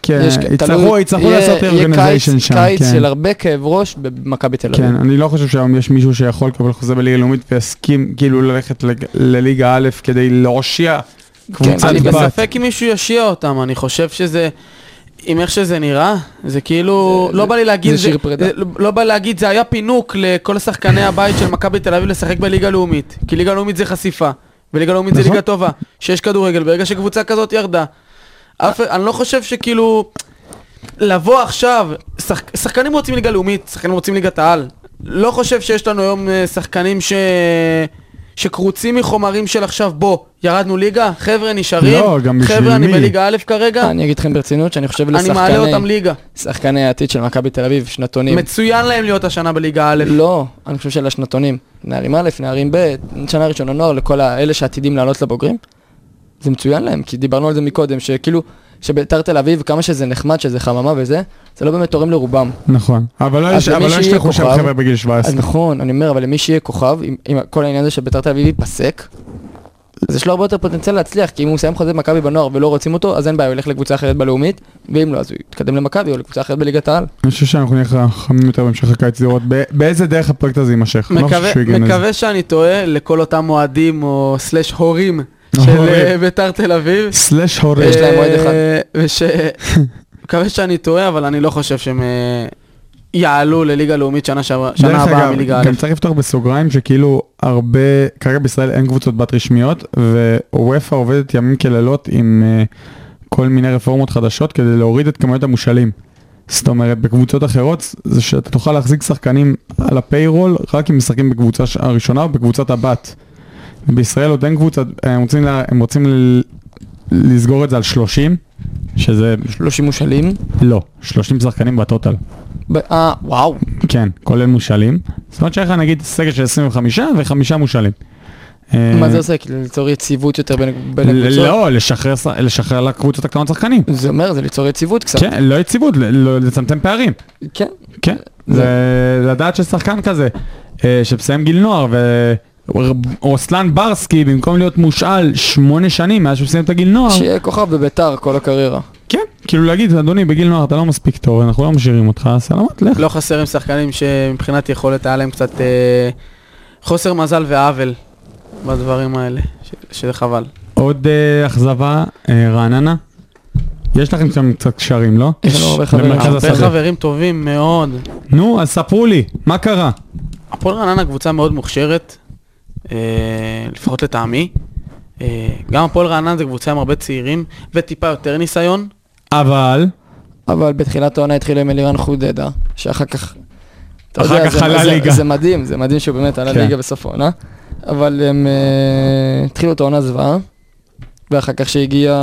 כן, יש- יצטרכו תלוי- יצטרכו יהיה- לעשות יהיה קיץ- אורגניזיישן שם. קיץ כן. של הרבה כאב ראש במכבי תל אביב. כן, אני לא חושב שהיום יש מישהו שיכול לקבל חוזה בליגה לאומית ויסכים כאילו ללכת לג- לליגה א' כדי להושיע כן, קבוצת אני בת. בספק אם מישהו יושיע אותם, אני חושב שזה... עם איך שזה נראה, זה כאילו, זה- לא בא לי להגיד, זה שיר פרידה. לא- לא בא לי להגיד, זה היה פינוק לכל שחקני הבית של מכבי תל אביב לשחק בליגה לאומית. כי ליגה לאומית זה חשיפה, וליגה לאומית זה נכון. ליגה טובה, שיש כדורגל, ברגע שקבוצה כזאת ירדה. אף, אה. אני לא חושב שכאילו, לבוא עכשיו, שחק, שחקנים רוצים ליגה לאומית, שחקנים רוצים ליגת העל. לא חושב שיש לנו היום אה, שחקנים ש... שקרוצים מחומרים של עכשיו, בוא, ירדנו ליגה, חבר'ה נשארים, לא, גם בשביל חבר'ה אני מי? בליגה א' כן. כרגע, אני אגיד לכם ברצינות, שאני חושב אני מעלה אותם לשחקני ליגה. שחקני העתיד של מכבי תל אביב, שנתונים. מצוין להם להיות השנה בליגה א'. לא, אני חושב שלשנתונים. נערים א', נערים ב', שנה ראשונה נוער, לכל האלה שעתידים לעלות לבוגרים. זה מצוין להם, כי דיברנו על זה מקודם, שכאילו, שביתר תל אביב, כמה שזה נחמד, שזה חממה וזה, זה לא באמת תורם לרובם. נכון, אבל לא אז יש- אבל למי לא שיהיה ישלחו שם כוכב, חבר'ה בגיל אז 17. נכון, אני אומר, אבל למי שיהיה כוכב, אם, אם כל העניין הזה של ביתר תל אביב ייפסק, אז יש לו הרבה יותר פוטנציאל להצליח, כי אם הוא מסיים חוזה במכבי בנוער ולא רוצים אותו, אז אין בעיה, הוא ילך לקבוצה אחרת בלאומית, ואם לא, אז הוא יתקדם למכבי או לקבוצה אחרת בליגת העל. אני חושב שאנחנו נהיה חכמים יותר בהמשך הקיץ לראות ב- באיזה דרך הפרויקט הזה יימשך. אני לא חושב מקווה- שהוא יגיע לזה. מקווה שאני טועה לכל אותם אוהדים או סלאש הורים של הורים. אה, ביתר תל אביב. סלאש הורים. יש להם מועד אחד. אה, וש... מקווה שאני טועה, אבל אני לא חושב שהם אה, יעלו לליגה לאומית שנה שעברה- שנה דרך הבאה אגב, מליגה א'. גם צריך לפתוח בסוגריים שכאילו הרבה, כרגע בישראל אין קבוצות בת רשמיות, ווופא עובדת ימים כלילות עם אה, כל מיני רפורמות חדשות כדי להוריד את כמויות המושאלים. זאת אומרת, בקבוצות אחרות זה שאתה תוכל להחזיק שחקנים על הפיירול רק אם משחקים בקבוצה ש- הראשונה או בקבוצת הבת. בישראל עוד אין קבוצה, הם רוצים, לה, הם רוצים ל, לסגור את זה על 30, שזה לא שימוש אלים. לא, 30 שחקנים בטוטל. ב- אה, וואו. כן, כולל מושאלים. זאת אומרת שיש לך נגיד סגל של 25 וחמישה מושאלים. מה אה, זה עושה? כאילו ליצור יציבות יותר בין בין ל- הקבוצות? לא, לשחרר ש- לשחרר לקבוצות הקטנות שחקנים. זה אומר, זה ליצור יציבות קצת. כן, לא יציבות, ל- לא- לצמצם פערים. כן. כן, זה לדעת ששחקן כזה, אה, שמסיים גיל נוער, ו... רוסלן ברסקי במקום להיות מושאל שמונה שנים מאז שהוא סיים את הגיל אה. נוער, שיהיה כוכב בביתר כל הקריירה. כן, כאילו להגיד אדוני בגיל נוער אתה לא מספיק טוב אנחנו לא משאירים אותך, סלמת לך, לא חסרים שחקנים שמבחינת יכולת היה להם קצת אה, חוסר מזל ועוול בדברים האלה, ש- שזה חבל. עוד אה, אכזבה אה, רעננה, יש לכם שם קצת קשרים לא? יש לנו הרבה חברים. במרכז הרבה השדה. חברים טובים מאוד. נו, אז ספרו לי, מה קרה? הפועל רעננה קבוצה מאוד מוכשרת, אה, לפחות לטעמי. אה, גם הפועל רעננה זה קבוצה עם הרבה צעירים וטיפה יותר ניסיון. אבל, אבל בתחילת העונה התחילו עם אלירן חודדה, שאחר כך... אתה אחר יודע, כך זה- עלה זה- ליגה. זה מדהים, זה מדהים שהוא באמת עלה כן. ליגה בסוף העונה. אבל הם אה, התחילו את העונה זוועה, ואחר כך שהגיע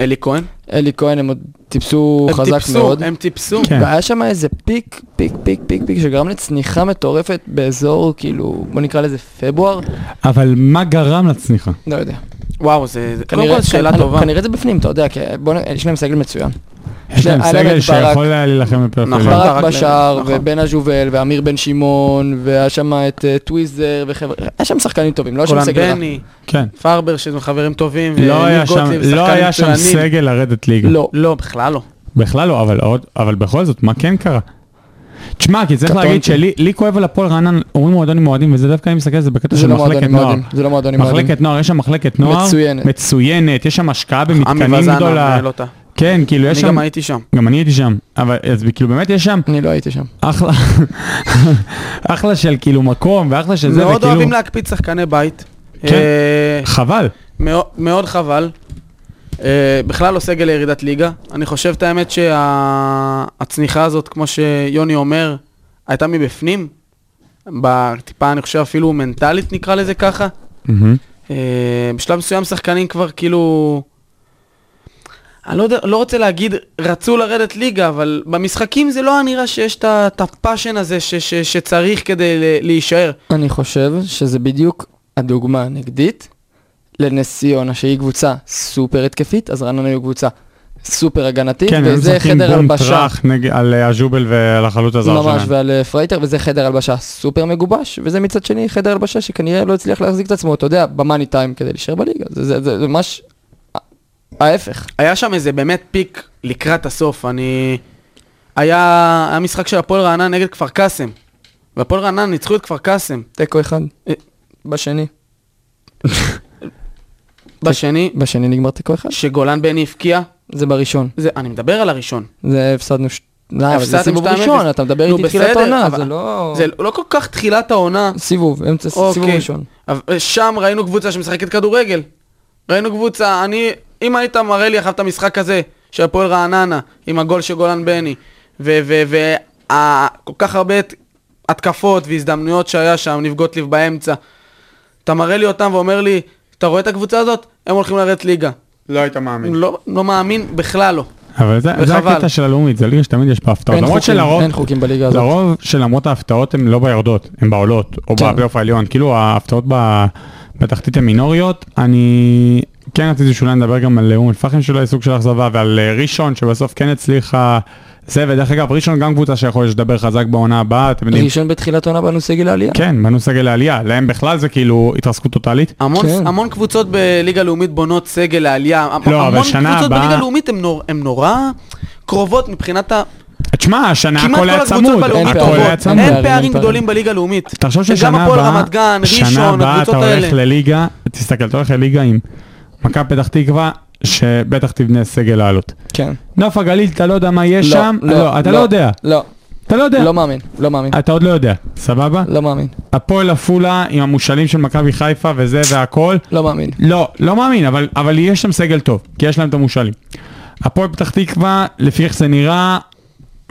אלי כהן. אלי כהן, הם עוד טיפסו הם חזק טיפסו, מאוד. הם טיפסו. כן. והיה שם איזה פיק, פיק, פיק, פיק, פיק, שגרם לצניחה מטורפת באזור, כאילו, בוא נקרא לזה פברואר, אבל מה גרם לצניחה? לא יודע. וואו, זה זה- קודם כל שאלה כנראה- טובה. כנראה זה בפנים, אתה יודע, כי בוא נ- יש להם סגל מצוין. יש להם היה להם סגל את ברק. שיכול היה להילחם בפלאפלים. נכון. ברק ברק בשער, נכון. ובן אג'ובל, ואמיר בן שמעון, והיה שם את אה, טוויזר, וחבר'ה, היה שם שחקנים טובים, לא היה שם קולן סגל רע. בני, כן. פרבר, שהם חברים טובים. אה, לא וניר היה שם- גוטליב, לא שחקנים היה שם מצוינים. סגל לרדת ליגה. לא. לא, בכלל לא. בכלל לא, אבל עוד- אבל בכל זאת, מה כן קרה? תשמע, כי צריך קטונתי. להגיד שלי לי כואב על הפועל רענן, אומרים מועדונים מועדים, וזה דווקא אני מסתכל על זה בקטע זה של לא מחלקת מועדונים נוער. מועדים, זה לא מועדונים מועדים. מחלקת נוער, יש שם מחלקת נוער. מצוינת. מצוינת, יש שם השקעה עמי במתקנים וזנה גדולה. מנהל אותה. כן, כאילו יש אני שם... גם הייתי שם. גם אני הייתי שם. אבל אז כאילו באמת יש שם אני לא הייתי שם. אחלה, אחלה של כאילו מקום ואחלה של זה, מאוד וכאילו, אוהבים להקפיץ שחקני בית. כן. אה, חבל. מאו- מאוד חבל. אה, בכלל לא סגל לירידת ליגה. אני חושב את האמת שהצניחה הזאת, כמו שיוני אומר, הייתה מבפנים. בטיפה, אני חושב, אפילו מנטלית נקרא לזה ככה. מהמם. אה, בשלב מסוים שחקנים כבר כאילו... אני לא, יודע, לא רוצה להגיד רצו לרדת ליגה, אבל במשחקים זה לא היה נראה שיש את ה- את הפאשן הזה ש, ש, שצריך כדי ל- להישאר. אני חושב שזה בדיוק הדוגמה הנגדית לנס ציונה, שהיא קבוצה סופר התקפית, אז רעננה היו קבוצה סופר הגנתית, כן, הם וזה משחקים חדר בום הלבשה. טראח נג- על אה, הג'ובל ועל החלוץ הזר ממש, שלהם. ועל אה, פרייטר, וזה חדר הלבשה סופר מגובש, וזה מצד שני חדר הלבשה שכנראה לא הצליח להחזיק את עצמו, אתה יודע, במאני טיים כדי להישאר בליגה, זה- זה זה ממש ההפך. היה שם איזה באמת פיק לקראת הסוף, אני... היה, היה משחק של הפועל רעננה נגד כפר קאסם. והפועל רעננה ניצחו את כפר קאסם תיקו אחד, אה, בשני. בשני, בשני נגמר תיקו אחד? שגולן בני הבקיע. זה בראשון. זה, אני מדבר על הראשון. זה הפסדנו... ש- לא, אבל זה הפסדתם סיבוב 2-0. ראשון, אתה מדבר נו, איתי תחילת בסדר, העונה, אבל- זה לא... זה לא כל כך תחילת העונה. סיבוב, אמצע סיבוב אוקיי. ראשון. אבל שם ראינו קבוצה שמשחקת כדורגל. ראינו קבוצה, אני... אם היית מראה לי אחר את המשחק הזה, של הפועל רעננה, עם הגול של גולן בני, וכל כך הרבה הת- התקפות והזדמנויות שהיה שם, ניב גוטליב באמצע, אתה מראה לי אותם ואומר לי, אתה רואה את הקבוצה הזאת? הם הולכים לרדת ליגה. לא היית מאמין. לא, לא מאמין, בכלל לא. אבל זה, זה וחבל. הקטע של הלאומית, זה ליגה שתמיד יש בה הפתעות. אין למרות חוקים- שלרוב, אין חוקים בליגה הזאת. לרוב שלמרות ההפתעות הן לא ביורדות, הן בעולות, או כן. בפלייאוף העליון. כאילו ההפתעות ב- בתחתית הן מינוריות. אני כן רציתי שאולי נדבר גם על אום אל-פחם שלא היה סוג של אכזבה, ועל אה, ראשון שבסוף כן הצליחה. זה, ודרך אגב, ראשון גם קבוצה שיכול לדבר חזק בעונה הבאה, אתם יודעים. ראשון בתחילת העונה בנו סגל העלייה. כן, בנו סגל לעלייה, להם בכלל זה כאילו התרסקות טוטאלית. המון, כן. כן. המון קבוצות בליגה לאומית בונות סגל לעלייה. המ- לא, אבל המון שנה קבוצות הבאה- בליגה לאומית הן נור, הן נורא קרובות מבחינת ה... תשמע, השנה כמעט הכל כל היה הקבוצות צמוד, בלאומית הכל טובות. היה אין צמוד. אין פערים, פערים אין גדולים בליגה לאומית. תחשוב וגם ששנה הפועל הבאה, רמת גן, שנה ראשון, הבאה אתה הקבוצות הולך האלה. לליגה, תסתכל, אתה הולך לליגה עם מכבי פתח תקווה, שבטח תבנה סגל העלות. כן. נוף הגליל, אתה לא יודע מה יהיה שם, לא, אתה לא יודע, לא, אתה לא יודע, לא מאמין, לא מאמין, אתה עוד לא יודע, סבבה? לא מאמין, הפועל עפולה עם המושאלים של מכבי חיפה וזה והכל, לא מאמין. לא, לא מאמין, אבל, אבל יש שם סגל טוב, כי יש להם את המושאלים. הפועל פתח תקווה, לפי איך זה נראה,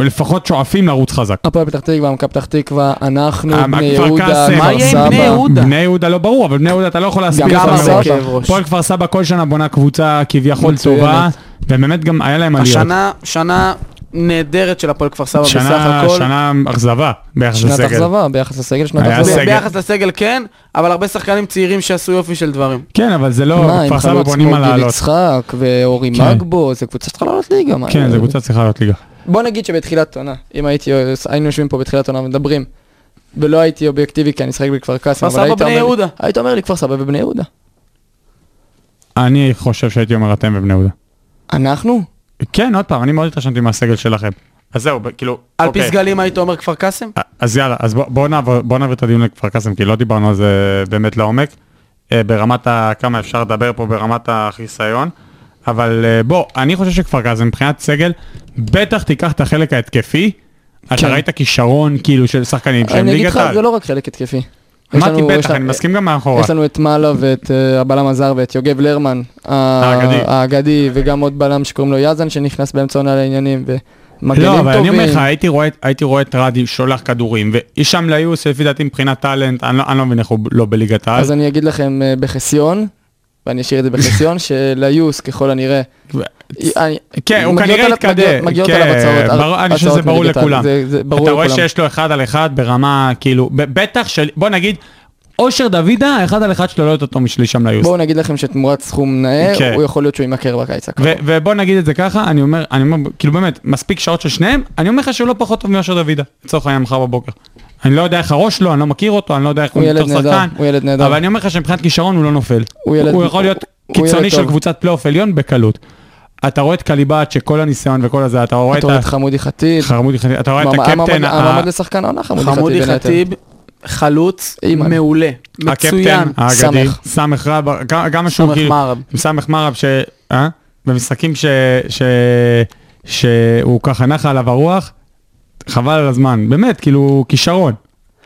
לפחות שואפים לרוץ חזק. הפועל פתח תקווה, מכבי פתח תקווה, אנחנו, אה, בני כפר יהודה, קאסם, מה כפר יהיה עם בני סבא. יהודה? בני יהודה לא ברור, אבל בני יהודה אתה לא יכול להספיק. גם גם אותם כפר זה מראש. סבא. כאב ראש. הפועל כפר סבא כל שנה בונה קבוצה כביכול מצוינת. טובה, ובאמת גם היה להם עליות. השנה, שנה נהדרת של הפועל כפר סבא בסך שנה, הכל. שנה אכזבה ביחס שנת לסגל. אכזבה, ביחס לסגל שנת היה אכזבה. סגל. ב- ביחס לסגל כן, אבל הרבה שחקנים צעירים שעשו יופי של דברים. כן, אבל זה לא, מה, עם כפר סבא חלוץ בונים כמו על גיל העלות. יצחק ואורי כן. מגבו, זה קבוצה שצריכה לעלות ליגה. מה- אה, כן, זו קבוצה צריכה להיות ליגה. בוא נגיד שבתחילת עונה, אם הייתי, היינו יושבים פה בתחילת עונה ומדברים, ולא הייתי אובייקטיבי כי אני משחק בכפר קאסם, כפר אבל סבא, היית בני אומר לי- יהודה. היית אומר לי כפר סבא ובני יהודה. אני חושב שהייתי אומר אתם ובני יהודה. אנחנו? כן, עוד פעם, אני מאוד התרשמתי מהסגל שלכם. אז זהו, ב- כאילו, על אוקיי. פסגלים היית אומר כפר קאסם? אז יאללה, אז בואו בוא נעבור, בוא נעביר את הדיון לכפר קאסם, כי לא דיברנו על זה באמת לעומק, אה, ברמת ה, כמה אפשר לדבר פה ברמת החיסיון, אבל אה, בוא, אני חושב שכפר קאסם מבחינת סגל, בטח תיקח את החלק ההתקפי, אתה כן. ראית כישרון כאילו של שחקנים שהם אני אגיד ליגת לך, זה העל. לא רק חלק התקפי. יש אמרתי לנו- יש בטח, לנו- אני מסכים גם מאחורה. יש לנו את מעלה ואת אה, הבלם הזר ואת יוגב לרמן ה- האגדי. האגדי, וגם עוד בלם שקוראים לו יזן שנכנס באמצע עונה לעניינים, ומגנים לא, טובים. אבל אני אומר לך, הייתי רואה, הייתי רואה את רדי שולח כדורים, והישאם ליוס, לפי דעתי מבחינת טאלנט, אני לא, אני לא מבין איך הוא לא בליגת העל. אז אני אגיד לכם אה, בחסיון, ואני אשאיר את זה בחסיון, שליוס ככל הנראה... אני- כן, הוא מגיעות כנראה עליו- התקדם. מגיעות- מגיעות כן, עליו הצעות. ברור- אני חושב הצעות שזה ברור מליגת העל. לכולם. זה- זה ברור אתה רואה לכולם. שיש לו אחד על אחד ברמה, כאילו, ב- בטח של, בוא נגיד, אושר דוידה, אחד על אחד שלו לא יותר טוב משלי שם ליוס. בואו נגיד לכם שתמורת סכום נאה, כן. הוא יכול להיות שהוא יימכר בקיץ הקרוב. ו- ובוא נגיד את זה ככה, אני אומר, אני אומר, כאילו באמת, מספיק שעות של שניהם, אני אומר לך שהוא לא פחות טוב מאושר דוידה, לצורך העניין מחר בבוקר. אני לא יודע איך הראש שלו, אני לא מכיר אותו, אני לא יודע איך הוא הוא ילד יותר נהדר, שחקן, הוא ילד נהדר. אבל אני אומר לך שמבחינת כישרון הוא לא נופל. הוא ילד- הוא יכול להיות הוא ילד קיצוני של טוב. קבוצת פלייאוף עליון בקלות. אתה רואה את קליבת שכל הניסיון וכל הזה, אתה רואה את אתה רואה ה... את חמודי חטיב, חרמודי חטיב, אתה רואה את המעמד- הקפטן, ה- המעמד לשחקן העונה חמודי חמודי חטיב. בין היתר. חטיב, חלוץ, אימן. מעולה, הקפטן אה, מצוין. האגדי, סמך. סמך רב, גם- גם שהוא סמך כאילו, מרב. סמך מרב, ש... אה? במשחקים ש... ש... שהוא ככה נחה עליו הרוח, חבל על הזמן, באמת, כאילו, כישרון,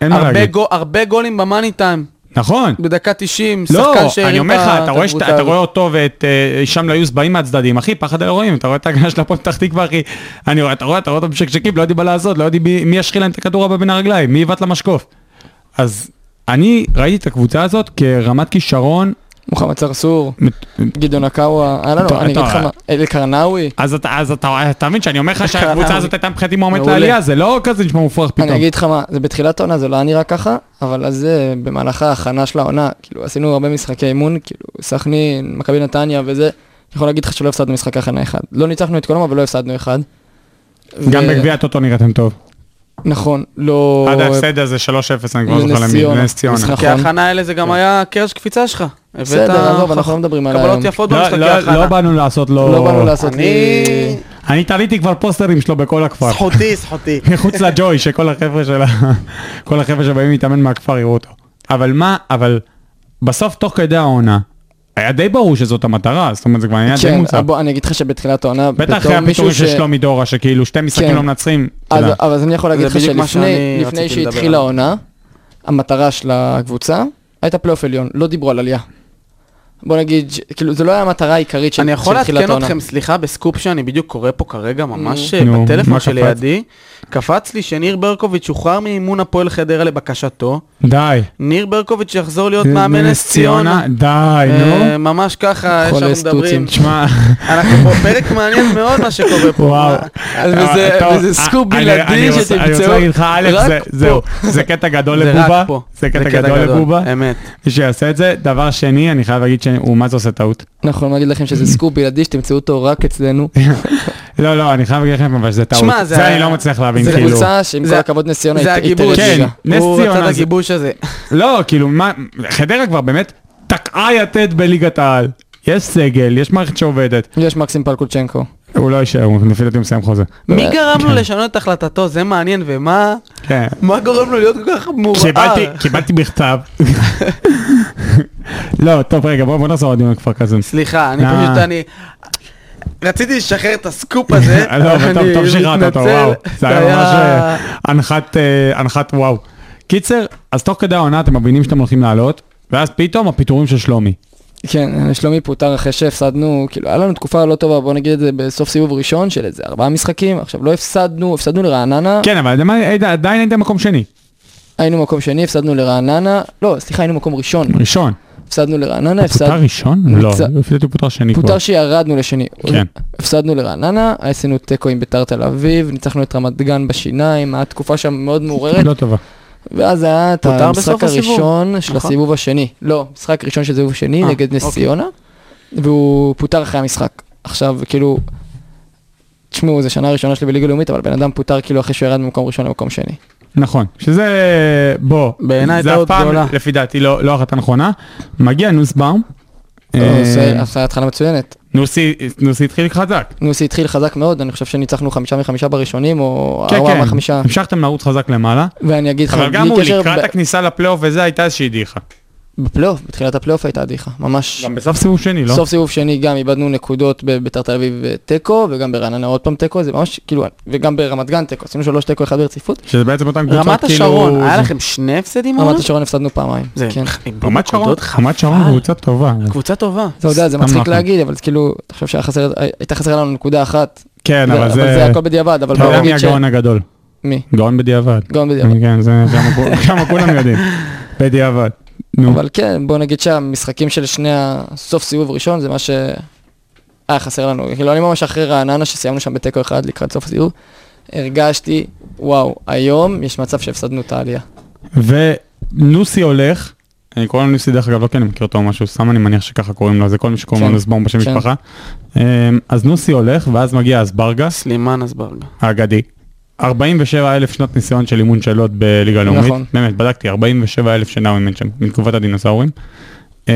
אין מה הרבה להגיד, גו- הרבה גולים במאני טיים, נכון. בדקה 90, לא, שחקן שהרים אני אומר לך, את ה- אתה את רואה שאתה- הקבוצה אתה הזאת. רואה אותו ואת אה, הישאם ליוס באים מהצדדים, אחי, פחד אלוהים, אתה רואה את ההגנה של הפועל פתח תקווה, אחי, אני רואה, אתה רואה, אתה רואה אותם משקשקים, לא יודעים מה לעשות, לא יודעים מי- מי ישחיל להם את הכדור הבא בין הרגליים, מי יבעט למשקוף. אז אני ראיתי את הקבוצה הזאת כרמת כישרון מוחמד צרצור, מת- גדעון הקאווה, אה לא, טוב, לא, אני אגיד טוב, לך אה. מה, אל קרנאווי, אז אתה, אז אתה, אתה מבין שאני אומר לך שהקבוצה הזאת הייתה מבחינתי מועמדת מעולה. לעלייה, זה לא כזה נשמע מופרך פתאום. אני אגיד לך מה, זה בתחילת העונה, זה לא היה נראה ככה, אבל אז אה, במהלך ההכנה של העונה, כאילו עשינו הרבה משחקי אימון, כאילו סכנין, מכבי נתניה וזה, אני יכול להגיד לך שלא הפסדנו משחק הכנה אחד. לא ניצחנו את כולם, אבל לא הפסדנו אחד. גם ו- בגביע הטוטו נראיתם טוב. נכון, לא... עד ההפסד הזה 3-0, אני כבר לנס זוכר למי, ציונה. נס ציונה. משחק- כי נכון. ההכנה האלה זה גם היה קרש קפיצה שלך. הבאת בסדר, עזוב, אנחנו חכ- לא מדברים על היום. קבלות יפות לא- במשחקי לא- לא ההכנה. באנו לעשות לו... לא באנו לעשות לי... אני... אני תליתי כבר פוסטרים שלו בכל הכפר. סחוטי, סחוטי. מחוץ לג'וי, שכל החבר'ה של ה... כל החבר'ה שבאים להתאמן מהכפר יראו אותו. אבל מה, אבל בסוף תוך כדי העונה, היה די ברור שזאת המטרה, זאת אומרת זה כבר היה די כן, מוצע. בוא, אני אגיד לך שבתחילת העונה, בטח בתור אחרי מישהו הפיטורים של ש- שלומי דורה, שכאילו שתי משחקים כן. לא מנצחים. אתה אז, יודע. אז אני יכול להגיד לך בדיוק מה שלפני שאני לפני רציתי לדבר שהתחילה עליו. העונה, המטרה של הקבוצה הייתה פלייאוף עליון, לא דיברו על עלייה. בוא נגיד, ש- כאילו, זו לא הייתה המטרה העיקרית של אני יכול של תחילת לעדכן העונה. אתכם, סליחה, בסקופ שאני בדיוק קורא פה כרגע, ממש Mm. אה, נו, מה בטלפון קפץ? שלידי, קפץ לי שניר ברקוביץ' שוחרר מאימון הפועל חדרה לבקשתו. די. ניר ברקוביץ' יחזור להיות מאמן אה, נס ציונה. די, אה, אה, נו. ממש ככה, איך חולה שאנחנו מדברים. סטוצים. תשמע, אנחנו פה, פרק מעניין מאוד מה שקורה פה. וואו. אז וזה- טוב, וזה אה, סקופ אני- בלעדי אני רוצה- אני רוצה שתמצאו להגיד לך, א', רק זה- פה. זהו, זה קטע גדול זה רק לבובה. פה. זה קטע גדול לבובה. אמת. מי שיעשה את זה. דבר שני, אני חייב להגיד שהוא מה זה עושה טעות. אנחנו יכולים להגיד נכון, לכם שזה סקופ בלעדי שתמצאו אותו רק אצלנו. לא, לא, אני חייב להגיד לכם, אבל זה טעות. שמע, זה זה ה- אני לא מצליח להבין, זו זה כאילו. קבוצה שעם כל זה- הכבוד נס ציונה זה היא- היא הגיבוש. תרד כן. ליגה. נס הוא רצה ציונה את זה- הגיבוש הזה. לא, כאילו, מה, חדרה כבר באמת תקעה יתד בליגת העל. יש סגל, יש מערכת שעובדת. יש מקסים פלקוצ'נקו. הוא לא יישאר, הוא לפי דעתי הוא מסיים חוזה. מי גרם לו לשנות את החלטתו? זה מעניין, ומה כן. מה גורם לו להיות כל כך מורער? קיבלתי, קיבלתי בכתב. לא, טוב, רגע, בוא בוא נחזור לדיון על כפר קאזם. סליחה, אני אה. פשוט, אני... רציתי לשחרר את הסקופ הזה, לא, אבל טוב, אני טוב שירעת אותו, מתנצל. וואו. זה היה ממש היה- אה, הנחת, אה, הנחת וואו. קיצר, אז תוך כדי העונה אתם מבינים שאתם הולכים לעלות, ואז פתאום הפיטורים של שלומי. כן, שלומי פוטר אחרי שהפסדנו, כאילו, היה לנו תקופה לא טובה, בוא נגיד את זה בסוף סיבוב ראשון של איזה ארבעה משחקים. עכשיו, לא הפסדנו, הפסדנו לרעננה, כן, אבל אתם עדיין- עדיין הייתם מקום שני. היינו מקום שני, הפסדנו לרעננה, לא, סליחה, היינו מקום ראשון. ראשון. הפסדנו לרעננה, פוטר הפסדנו... ראשון? הוא לא, פצע- לפי דעתי הוא פוטר שני כבר. פוטר שירדנו לשני. כן. הפסדנו לרעננה, עשינו תיקו עם ביתר תל אביב, ניצחנו את רמת גן בשיניים, הייתה תקופה שם מאוד מעוררת, לא טובה. ואז היה את פוטר המשחק בסוף הסיבוב, הראשון של נכון? הסיבוב השני. לא, משחק ראשון של סיבוב שני אה, נגד נס אוקיי. ציונה, והוא פוטר אחרי המשחק. עכשיו, כאילו, תשמעו, זו שנה ראשונה שלי בליגה לאומית, אבל בן אדם פוטר כאילו אחרי שהוא ירד ממקום ראשון למקום שני. נכון, שזה, בוא, בעיניי זה טעות הפעם, גדולה. לפי דעתי, לא לא החלטה נכונה. מגיע נוסבאום. אה, לא, זה עשה התחלה מצוינת. נוסי נוסי התחיל חזק. נוסי התחיל חזק מאוד, אני חושב שניצחנו חמישה מחמישה בראשונים, או כן, ארבעה כן, מחמישה. המשכתם לרוץ חזק למעלה, ואני אגיד לך, אבל גם כן, בלי הוא קשר, לקראת ב- הכניסה לפלייאוף וזה הייתה איזושהי דעיכה. בפלייאוף, בתחילת הפלייאוף הייתה דעיכה, ממש. גם בסוף סיבוב שני, לא? סוף סיבוב שני גם איבדנו נקודות בביתר תל אביב אה, תיקו, וגם ברעננה עוד פעם תיקו, זה ממש כאילו, וגם ברמת גן תיקו, עשינו שלוש תיקו אחד ברציפות. שזה בעצם אותן קבוצות כאילו... רמת השרון, היה זה- לכם שני הפסדים? העונה? רמת השרון הפסדנו פעמיים, זה אה, כן. איבדו רמת שרון, נקודות, רמת שרון חבל. קבוצה טובה. קבוצה טובה. אתה יודע, זה סתם מצחיק אנחנו. להגיד, אבל כאילו, אתה חושב שהיה חסר- הייתה חסרה לנו נקודה אחת, כן, זה- אבל לא, אבל זה... זה הכל בדיעבד, אבל אתה יודע בוא מי נגיד ש... הגאון הגדול? מי? גאון בדיעבד. גאון בדיעבד. כן, זה גם כמה כולם יודעים. בדיעבד. נו. אבל כן, בוא נגיד שהמשחקים של שני הסוף סיבוב ראשון זה מה ש... היה חסר לנו. כאילו, אני ממש אחרי רעננה שסיימנו שם בתיקו אחד לקראת סוף הסיבוב, הרגשתי, וואו, היום יש מצב שהפסדנו את העלייה. ונוסי הולך, אני קורא לו נוסי דרך אגב, לא כי אני מכיר אותו או משהו, סתם אני מניח שככה קוראים לו, זה כל מי שקוראים לו כן, נוסבאום בשם כן. משפחה. אמ, אז נוסי הולך, ואז מגיע אסברגה, סלימן אזברגה. האגדי. 47 אלף שנות ניסיון של אימון שאלות בליגה הלאומית. נכון. באמת, בדקתי, 47 אלף שנה הוא אימן שם, מתקופת הדינוסאורים. אמ,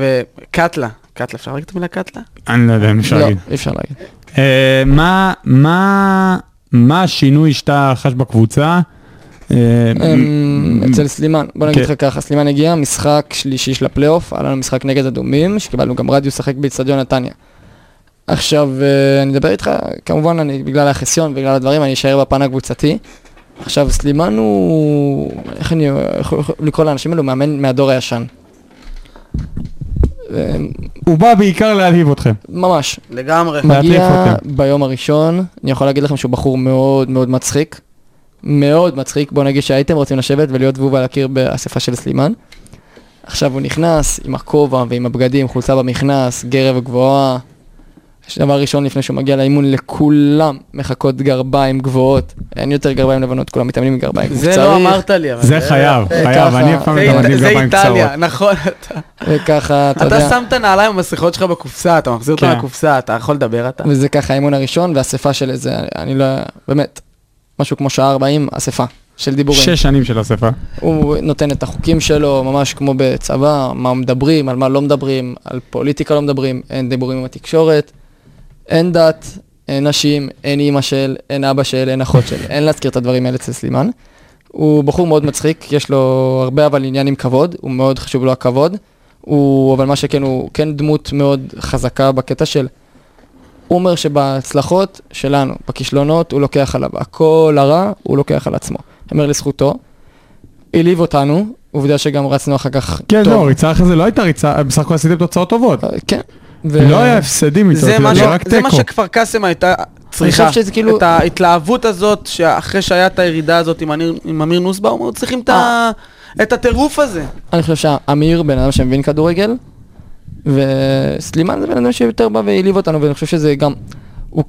וקטלה, קטלה, אפשר להגיד את המילה קטלה? אני לא יודע אם אפשר לא, להגיד. אי אפשר להגיד. אה, מה, מה, מה השינוי שאתה חש בקבוצה? אה, אמ, אצל סלימן, בוא נגיד כן. לך ככה, סלימן הגיע, משחק שלישי של הפלייאוף, היה לנו משחק נגד אדומים, שקיבלנו גם רדיו לשחק באיצטדיון נתניה. עכשיו, אה, אני אדבר איתך, כמובן, אני, בגלל החסיון, בגלל הדברים, אני אשאר בפן הקבוצתי. עכשיו, סלימן הוא, איך אני יכול יכול לקרוא לאנשים האלו, מאמן מהדור הישן. אה, הוא בא בעיקר להלהיב אתכם. ממש, לגמרי. להטריף מגיע אותם. ביום הראשון, אני יכול להגיד לכם שהוא בחור מאוד מאוד מצחיק. מאוד מצחיק, בוא נגיד שהייתם רוצים לשבת ולהיות זבוב על הקיר באספה של סלימן. עכשיו הוא נכנס עם הכובע ועם הבגדים, חולצה במכנס, גרב גבוהה. יש דבר ראשון לפני שהוא מגיע לאימון, לכולם מחכות גרביים גבוהות. אין יותר גרביים לבנות, כולם מתאמנים עם גרביים. זה קצרות. לא אמרת לי, אבל... זה חייב, זה חייב, ככה. אני אף פעם זה- גם מדהים זה גפיים קצרות. איטליה, נכון. אתה- וככה, אתה יודע. אתה שם את הנעליים המסריחות שלך בקופסה, אתה מחזיר אותם כן. לקופסה, אתה יכול לדבר אתה. וזה ככה האימון הראשון, ואספה של איזה, אני לא, באמת, משהו כמו שעה 40, אספה של דיבורים. שש שנים של אספה. הוא נותן את החוקים שלו, ממש כמו בצבא, מה מדברים, על מה לא מדברים, על פוליטיקה לא מדברים, אין דיבורים עם התקשורת, אין דת, אין נשים, אין אימא של, אין אבא של, אין אחות של, אין להזכיר את הדברים האלה אצל סלימן. הוא בחור מאוד מצחיק, יש לו הרבה אבל עניין עם כבוד, הוא מאוד חשוב לו הכבוד. הוא, אבל מה שכן, הוא כן דמות מאוד חזקה בקטע של... הוא אומר שבהצלחות שלנו, בכישלונות, הוא לוקח עליו. הכל הרע, הוא לוקח על עצמו. אומר לזכותו. העליב אותנו, עובדה שגם רצנו אחר כך כן, טוב. לא, הריצה אחרי זה לא הייתה ריצה, בסך הכל עשיתם תוצאות טובות. אה, כן. ו- לא היה הפסדים איתו, זה מה ש- זה רק זה מה תיקו. שכפר קאסם הייתה צריכה. חושב שזה כאילו- את ההתלהבות הזאת, שאחרי שהיה את הירידה הזאת עם אמיר- עם אמיר נוסבאום, היו צריכים אה. את ה- את הטירוף הזה. אני חושב שאמיר בן אדם שמבין כדורגל, וסלימן זה בן אדם שיותר בא והעליב אותנו, ואני חושב שזה גם... הוא,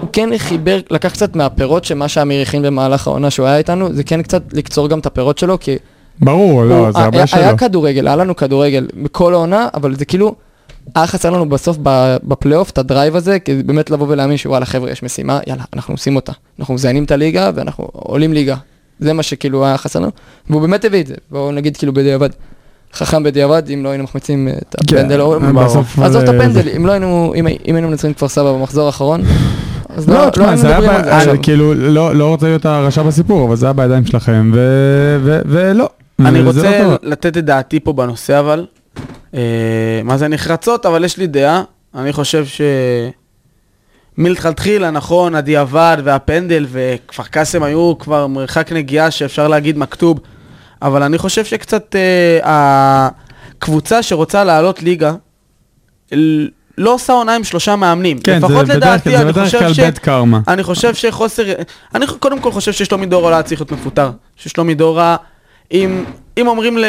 הוא כן חיבר, לקח קצת מהפירות שמה שאמיר הכין במהלך העונה שהוא היה איתנו, זה כן קצת לקצור גם את הפירות שלו, כי ברור, לא, הוא- זה היה- הרבה שלא. היה כדורגל, היה לנו כדורגל בכל העונה, אבל זה כאילו, היה חסר לנו בסוף ב- בפלייאוף את הדרייב הזה, כי באמת לבוא ולהאמין שוואלה חבר'ה יש משימה, יאללה, אנחנו עושים אותה. אנחנו מזיינים את הליגה ואנחנו עולים ליגה. זה מה שכאילו היה חסר לנו, והוא באמת הביא את זה, בואו נגיד כאילו בדיעבד. חכם בדיעבד, אם לא היינו מחמיצים את כן, הפנדל, או- ברור. בסוף עזוב את זה- הפנדל, אם לא היינו, אם אם היינו מנצחים כפר סבא במחזור האחרון, אז לא לא, לא תשמע, היינו זה היה, מדברים על זה ב- עכשיו. אני כאילו, לא לא רוצה להיות הרשע בסיפור, אבל זה היה בידיים שלכם, ו- ו- ולא. אני וזה לא רוצה טוב. לתת את דעתי פה בנושא, אבל... אה, מה זה נחרצות, אבל יש לי דעה. אני חושב ש... מלכתחילה, נכון, הדיעבד והפנדל וכפר קאסם היו כבר מרחק נגיעה שאפשר להגיד מכתוב, אבל אני חושב שקצת אה, הקבוצה שרוצה לעלות ליגה, ל- לא עושה עונה עם שלושה מאמנים. כן, לפחות זה בדרך לדעתי, כלל- זה אני בדרך חושב כלל ש... בית קרמה. אני חושב שחוסר... אני קודם כל חושב ששלומי דורה לא היה צריך להיות מפוטר. ששלומי דורה, אם, אם אומרים ל,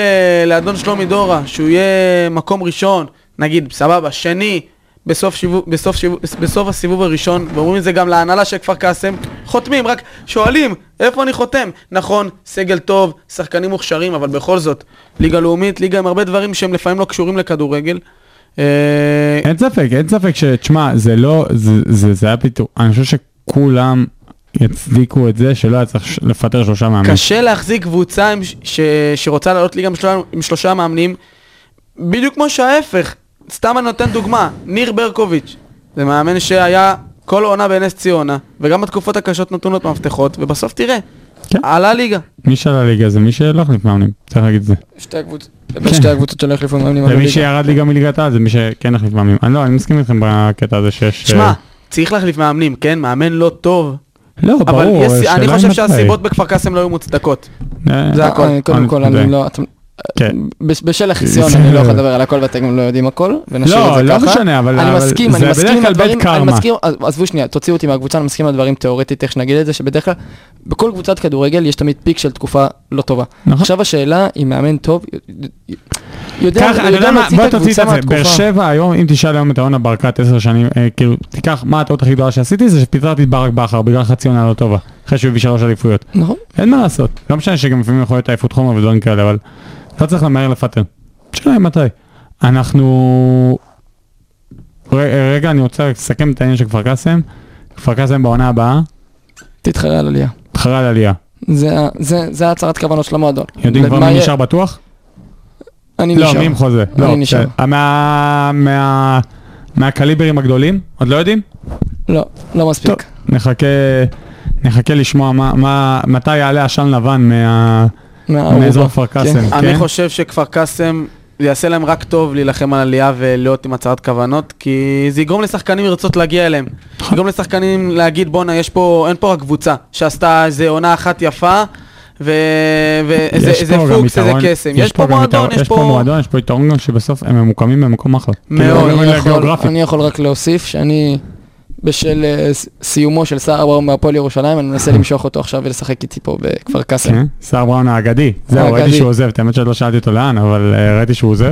לאדון שלומי דורה שהוא יהיה מקום ראשון, נגיד, סבבה, שני, בסוף, שיבוב, בסוף, שיבוב, בסוף הסיבוב הראשון, ואומרים את זה גם להנהלה של כפר קאסם, חותמים, רק שואלים, איפה אני חותם? נכון, סגל טוב, שחקנים מוכשרים, אבל בכל זאת, ליגה לאומית, ליגה עם הרבה דברים שהם לפעמים לא קשורים לכדורגל. אה, אין ספק, אין ספק ש... תשמע, זה לא... זה- זה זה היה פיתור. אני חושב שכולם יצדיקו את זה שלא היה צריך ש- לפטר שלושה מאמנים. קשה להחזיק קבוצה עם ש... ש... שרוצה לעלות ליגה עם שלושה, עם שלושה מאמנים, בדיוק כמו שההפך. סתם אני נותן דוגמה, ניר ברקוביץ', זה מאמן שהיה כל עונה בנס ציונה, וגם התקופות הקשות נתנו לו את המפתחות, ובסוף תראה, כן. עלה ליגה. מי שעלה ליגה זה מי שלא החליף מאמנים, צריך להגיד את זה. לא שתי הקבוצות, שתי הקבוצות שלא החליפו מאמנים. כן. ומי בליגה. שירד ליגה מליגת העל זה מי שכן החליף מאמנים. אני לא, אני מסכים איתכם בקטע הזה שיש... שמע, אה, צריך להחליף מאמנים, כן? מאמן לא טוב. לא, אבל ברור, יש... השאלה אני היא חושב מתי. שהסיבות בכפר קאסם לא היו מוצדקות. אה, זה הכל. אה, קודם כל, אני- אני זה- לא... אתם- כן. בש- בשל החיסיון זה- אני לא יכול לדבר על הכל ואתם גם לא יודעים הכל, ונשאיר את זה לא, ככה. לא משנה, אבל... אני אבל מסכים, אני זה מסכים עם בדרך כלל הדברים, בית אני קרמה. מסכים, עז- עזבו שנייה, תוציאו אותי מהקבוצה, אני מסכים עם הדברים תיאורטית, איך שנגיד את זה, שבדרך כלל בכל קבוצת כדורגל יש תמיד פיק של תקופה לא טובה. נכון. עכשיו השאלה אם מאמן טוב, י- יודע קח, אתה לא יודע יודע מה, להוציא בוא את תוציא הקבוצה את זה. באר מהתקופה. שבע היום, אם תשאל היום את אורנה ברקת עשר שנים, אה, כאילו, תיקח, מה הטעות הכי גדולה שעשיתי? זה שפיטרתי את ברק בכר בגלל חצי עונה לא טובה. אחרי שהוא הביא שלוש אליפויות. נכון, אין מה לעשות. לא משנה שגם לפעמים יכול להיות עייפות חומר ודברים כאלה, אבל לא צריך למהר לפטר. שאלה היא מתי. אנחנו... ר- רגע, אני רוצה לסכם את העניין של כפר קאסם. כפר קאסם בעונה הבאה, תתחרה על עלייה. התחרה על עלייה. זה ה- זה- זה ההצהרת כוונות של המועדון. יודעים כבר ומה מי יהיה- נשאר בטוח? אני לא, נשאר. מי עם חוזה? אני לא, נשאר. בסדר. מה- מה- מהקליברים הגדולים? עוד לא יודעים? לא, לא מספיק. טוב, נחכה... נחכה לשמוע מה, מה, מתי יעלה עשן לבן מה, מהארובה. מאזור כפר קאסם, כן? אני חושב שכפר קאסם, זה יעשה להם רק טוב להילחם על עלייה ולהיות עם הצהרת כוונות, כי זה יגרום לשחקנים לרצות להגיע אליהם. יגרום לשחקנים להגיד, בואנה, יש פה, אין פה רק קבוצה שעשתה איזה עונה אחת יפה, ו- ואיזה יש איזה פה גם פוקס, איזה יתרון- קסם. יש פה גם מועדון, יתרון- יש פה... מועדון, יש פה יתרון גם שבסוף הם ממוקמים במקום אחלה. מאוד, כאילו, אני גם יכול- גיאוגרפית. אני יכול רק להוסיף שאני בשל אה, ס- סיומו של סער בראון מהפועל ירושלים, אני מנסה למשוך אותו עכשיו ולשחק איתי פה בכפר קאסם. אה. כן, סער בראון האגדי. זהו, ראיתי האגדי. שהוא עוזב, את האמת שעוד לא שאלתי אותו לאן, אבל אה, ראיתי שהוא עוזב.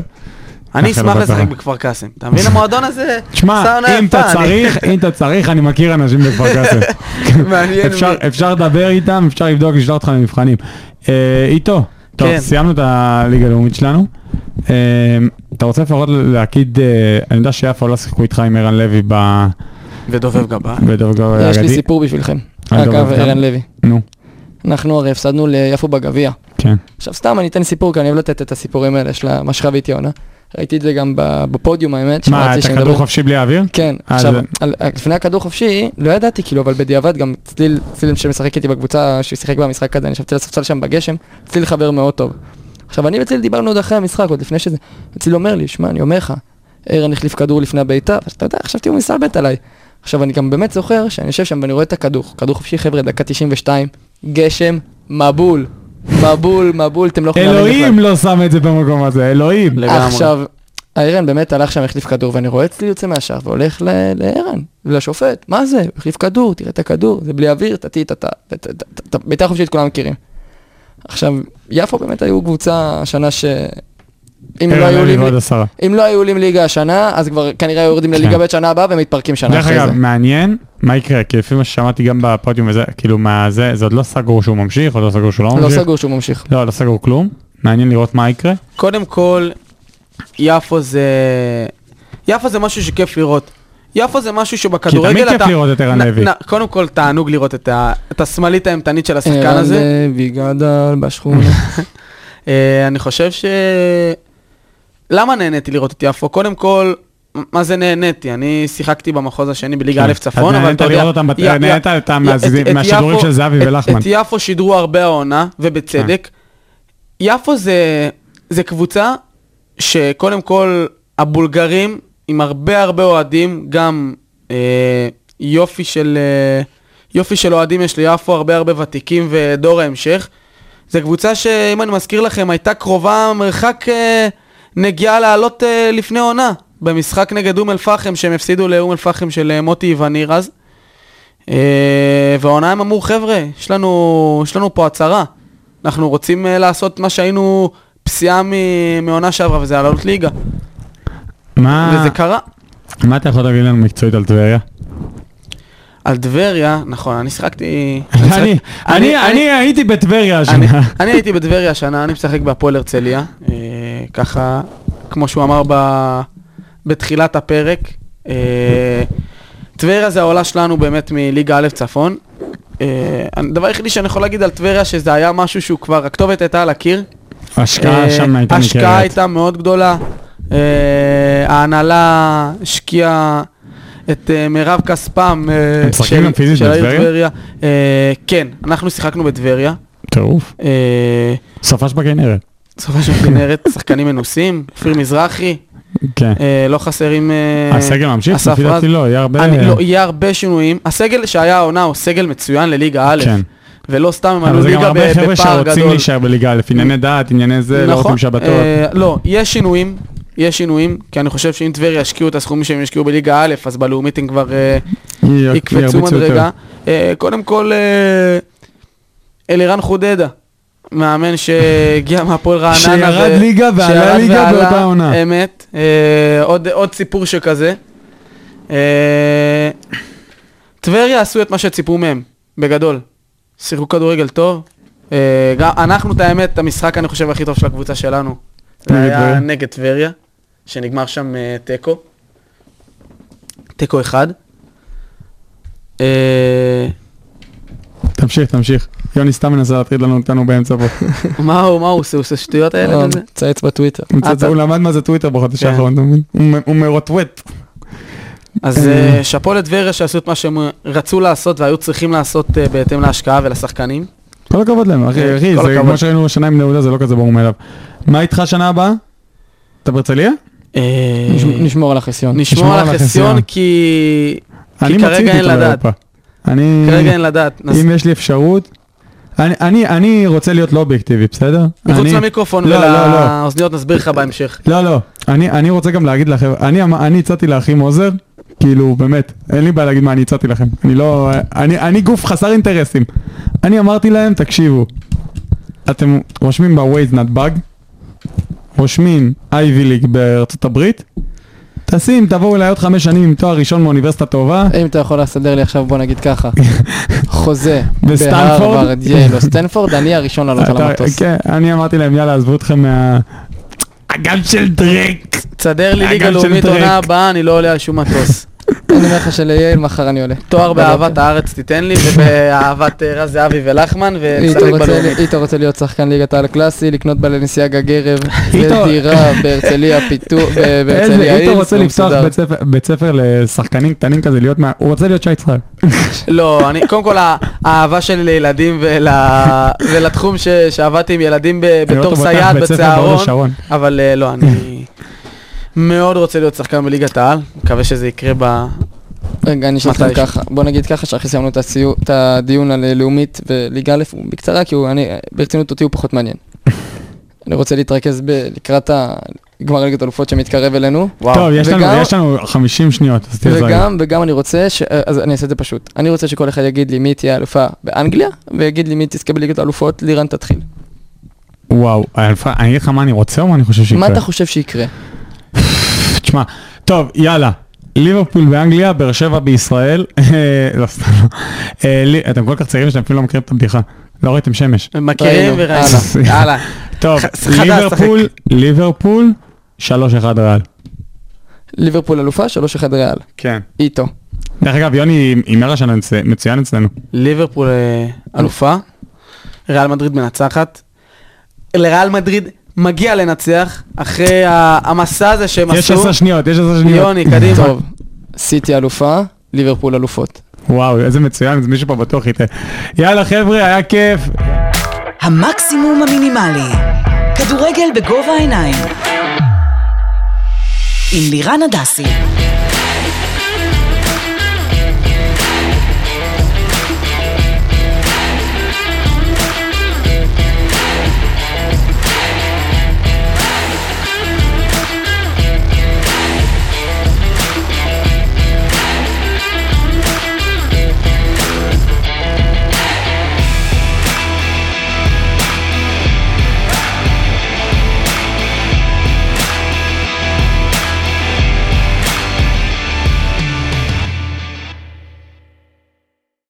אני מאחל אשמח לו לשחק בהצלחה. בכפר קאסם. אתה מבין? המועדון הזה... עשה תשמע, עונה אם אתה יפה, אני- צריך, אם אתה צריך, אני מכיר אנשים בכפר קאסם. מעניין. אפשר- מי. אפשר לדבר איתם, אפשר לבדוק, לשלוח אותך למבחנים. אה, איתו, טוב, כן. סיימנו את הליגה הלאומית שלנו. אה, אתה רוצה לפחות להגיד, אה, אני יודע שיפה לא שיחקו איתך עם ערן לוי ב- ודובב גבה. בדרגו יש לי האגדי. סיפור בשבילכם. אני לא אגב, דובב גם. ערן לוי. נו, אנחנו הרי הפסדנו ליפו בגביע. כן. עכשיו סתם אני אתן סיפור, כי אני אוהב לתת את הסיפורים האלה של מה שחוויתי העונה. ראיתי את זה גם ב- בפודיום האמת. מה, שראיתי אתה שהם כדור מדברים- חופשי בלי אוויר? כן, אה, עכשיו, זה- על- לפני הכדור חופשי, לא ידעתי כאילו, אבל בדיעבד גם צליל, צליל שמשחק איתי בקבוצה, ששיחק במשחק הזה, אני ישבתי על הספסל שם בגשם, צליל חבר מאוד טוב. עכשיו, אני וצליל דיברנו עוד אחרי המשחק, עוד לפני שזה, וצליל אומר לי, שמע, אני אומר לך, ערן החליף כדור לפני הבעיטה, אז אתה יודע, חשבתי הוא מסלבט עליי. עכשיו, אני גם באמת זוכר שאני יושב שם ואני רואה את הכדור, כדור חופשי, חבר'ה, דקה 92, גשם, מבול, מבול, מבול, אתם לא יכולים להאמין בכלל. אלוהים לא שם את זה במקום הזה, אלוהים. לגמרי. עכשיו, האירן באמת הלך שם, החליף כדור, ואני רואה אצלי יוצא מהשער והולך ל- לאירן, לשופט, מה זה? הוא החליף כדור, תראה את הכדור, זה בלי אוויר, טטי, טטה, טטה, טטה, טטה, בעיטה חופשית כולם מכירים. עכשיו, יפו באמת היו קבוצה השנה ש... אם לא ערן היו לי... לוי ועוד עשרה. אם לא היו עולים ליגה השנה, אז כבר כנראה היו יורדים לליגה כן. ב' שנה הבאה ומתפרקים שנה דרך אחרי אגב, זה. מעניין מה יקרה, כי לפי מה ששמעתי גם בפודיום וזה, כאילו מה זה, זה עוד לא סגור שהוא ממשיך, עוד לא סגור שהוא לא לא ממשיך. סגור שהוא ממשיך. לא, לא סגור כלום. מעניין לראות מה יקרה. קודם כל, יפו זה... יפו זה משהו שכיף לראות. יפו זה משהו שבכדורגל אתה... כי תמיד כיף לראות את ערן נ- לוי. נ- קודם כל, תענוג לראות את ה- את השמאלית האימתנית של השחקן ערן הזה. לוי גדל אה, בשכונה. אה, אני חושב ש... למה נהניתי לראות את יפו? קודם כל, מ- מה זה נהניתי? אני שיחקתי במחוז השני בליגה א' צפון, כן. אז אבל נהנית אתה יודע... לראות אותם, בת- י- י- נהנית את המאזינים- את- את מהשידורים יפו- של זהבי את- ולחמן. כן. את יפו שידרו הרבה העונה, ובצדק. יפו זה, זה קבוצה שקודם כל הבולגרים עם הרבה הרבה אוהדים, גם אה, יופי של אה, יופי של אוהדים יש ליפו, הרבה הרבה ותיקים ודור ההמשך. זו קבוצה שאם אני מזכיר לכם הייתה קרובה מרחק אה, נגיעה לעלות אה, לפני עונה במשחק נגד אום אל פחם שהם הפסידו לאום אל פחם של אה, מוטי וניר אז. אה, והעונה הם אמרו, חבר'ה, יש לנו, יש לנו פה הצהרה. אנחנו רוצים אה, לעשות מה שהיינו פסיעה מ- מעונה שעברה, וזה לעלות ליגה. מה וזה קרה. מה אתה יכול להגיד לנו מקצועית על טבריה? על טבריה, נכון, אני שיחקתי... אני- שיחק- אני אני הייתי בטבריה אני, השנה. אני הייתי בטבריה השנה, אני משחק בהפועל הרצליה. אה, ככה, כמו שהוא אמר ב, בתחילת הפרק, אה, טבריה זה העולה שלנו באמת מליגה א' צפון. אה, הדבר היחידי שאני יכול להגיד על טבריה, שזה היה משהו שהוא כבר, הכתובת הייתה על הקיר. ההשקעה אה, שם הייתה ההשקעה ניכרת. הייתה מאוד גדולה. אה, ההנהלה השקיעה את אה, מירב כספם אה, הם משחקים של- גם פיזית של העיר בטבריה? אה, כן, אנחנו שיחקנו בטבריה. טירוף. אה, סופש בכנרת. סופה של כנרת, שחקנים מנוסים, כפיר מזרחי, כן. אה, לא חסרים... אה, הסגל ממשיך? אסף לפי רז. דעתי לא, יהיה הרבה... אני- לא, יהיה הרבה שינויים. הסגל שהיה העונה הוא סגל מצוין לליגה א', כן. ולא סתם הם עלו אבל זה גם ליגה הרבה ב- חבר'ה בפער שרוצים גדול. נכון. להישאר בליגה א', ענייני דת, ענייני זה, לא רוצים שבתות. אה, לא, יש שינויים, יש שינויים, כי אני חושב שאם טבריה ישקיעו את הסכומים שהם ישקיעו בליגה א', אז בלאומית הם כבר אה, יהיה- יקפצו ירביצו מדרגה. אה, קודם כל, אה, אלירן חודדה, מאמן שהגיע מהפועל רעננה. שירד ו- ליגה ועלה שירד ליגה ועלה, באותה עונה. אמת. אה, עוד- עוד סיפור שכזה. אה, טבריה עשו את מה שציפו מהם, בגדול. שיחקו כדורגל טוב. אה, גם- אנחנו, את האמת, המשחק, אני חושב, הכי טוב של הקבוצה שלנו. זה נגד טבריה? היה נגד טבריה, שנגמר שם אה, תיקו. תיקו אחד. אה, יותר. תמשיך, תמשיך. יוני סתם מנסה להטריד לנו אותנו באמצע פה. מה הוא, מה הוא עושה? הוא עושה שטויות האלה? אה, צייץ בטוויטר. הוא מצא- אתה- הוא למד מה זה טוויטר בחודש כן. האחרון, אתה מבין? הוא מ- הוא מרוטווט. אז אה, שאפו לטבריה שעשו את מה שהם רצו לעשות והיו צריכים לעשות אה, בהתאם להשקעה ולשחקנים. כל הכבוד להם, אחי, אה, אחי, כל זה הכבוד. כמו שראינו השנה עם נעודה, זה לא כזה ברור מאליו. מה איתך שנה הבאה? אתה בהרצליה? אה, נש- נשמור על החסיון. נשמור על החסיון כי אני כרגע מוציא אין אותו לדעת. לאירופה. אני, כרגע אין לדעת. נס- אם יש לי אפשרות, אני- אני- אני רוצה להיות לא אובייקטיבי, בסדר? מחוץ אני- למיקרופון לא, לא, לא. ולאוזניות נסביר לך בהמשך. לא, לא, אני, אני רוצה גם להגיד לכם, אני אמ- אני הצעתי לאחים עוזר כאילו, באמת, אין לי בעיה להגיד מה אני הצעתי לכם. אני לא... אני, אני גוף חסר אינטרסים. אני אמרתי להם, תקשיבו, אתם רושמים ב-Waze נתב"ג, רושמים Ivy League בארצות הברית, טסים, תבואו אליי עוד חמש שנים עם תואר ראשון מאוניברסיטה טובה, אם אתה יכול לסדר לי עכשיו, בוא נגיד ככה, חוזה בסטנפורד? בהרווארד, יל או סטנפורד, אני הראשון לעלות על אתה- המטוס. כן, אני אמרתי להם, יאללה, עזבו אתכם מה... הגב של דרק! תסדר לי אגב, ליגה של לאומית דרק. עונה הבאה, אני לא עולה על שום מטוס. אני אומר לך שלייל, מחר אני עולה. לא, תואר בלילה. באהבת הארץ תיתן לי, ובאהבת אה, רז זהבי ולחמן, איתו ולשחק רוצה- בלאומית. איתו רוצה להיות שחקן ליגת העל קלאסי, לקנות בלנסיאגה גרב, איתו- לדירה בהרצליה פיתוח, איזה, בהרצליה היית אילס, רוצה לא לפתוח מסודר. בית ספר- בית ספר לשחקנים קטנים כזה, להיות מה... הוא רוצה להיות שי ישראל. לא, אני, קודם כל הא- האהבה שלי לילדים ול, ולתחום ש, שעבדתי עם ילדים ב, לא בתור סייעת בצהרון, אבל אה, לא, אני מאוד רוצה להיות שחקן בליגת העל, מקווה שזה יקרה ב... רגע, אני אשאל אתכם מתישהו. ככה, בוא נגיד ככה שאחרי סיימנו את הסיו- את הדיון על אה, לאומית וליגה א', הוא בקצרה, כי הוא, אני, ברצינות אותי הוא פחות מעניין. אני רוצה להתרכז ב, לקראת ה- גמר ליגת אלופות שמתקרב אלינו, וואו. טוב, יש לנו- וגם- יש לנו 50 שניות, אז תהיה זהיר. וגם, וגם אני רוצה, ש... אז אני אעשה את זה פשוט, אני רוצה שכל אחד יגיד לי מי תהיה אלופה באנגליה, ויגיד לי מי תזכה בליגת האלופות, לירן תתחיל. וואו, אלפה, אני אגיד לך מה אני רוצה או מה אני חושב מה שיקרה? אתה חושב שיקרה? תשמע, טוב, יאללה. ליברפול באנגליה, באר שבע בישראל. אה, לא, סתם לא. אה, לי- אתם כל כך צעירים שאתם אפילו לא מכירים את הבדיחה. לא ראיתם שמש. הם מכירים ראינו, וראינו. יאללה. טוב, ח- חדש, ליברפול, ליברפול, 3-1 ריאל. ליברפול אלופה, 3-1 ריאל. כן. איתו. דרך אגב, יוני הימר השנה מצ- מצוין אצלנו. ליברפול אה, אלופה, ריאל מדריד מנצחת. לריאל מדריד מגיע לנצח, אחרי ה- המסע הזה שהם יש עשו. 10 שניות, יש 10 שניות. יוני, קדימה. טוב, סיטי אלופה, ליברפול אלופות. וואו, איזה מצוין, אז מישהו פה בטוח יטעה. יאללה חבר'ה, היה כיף. המקסימום המינימלי. כדורגל בגובה העיניים. עם לירן הדסי.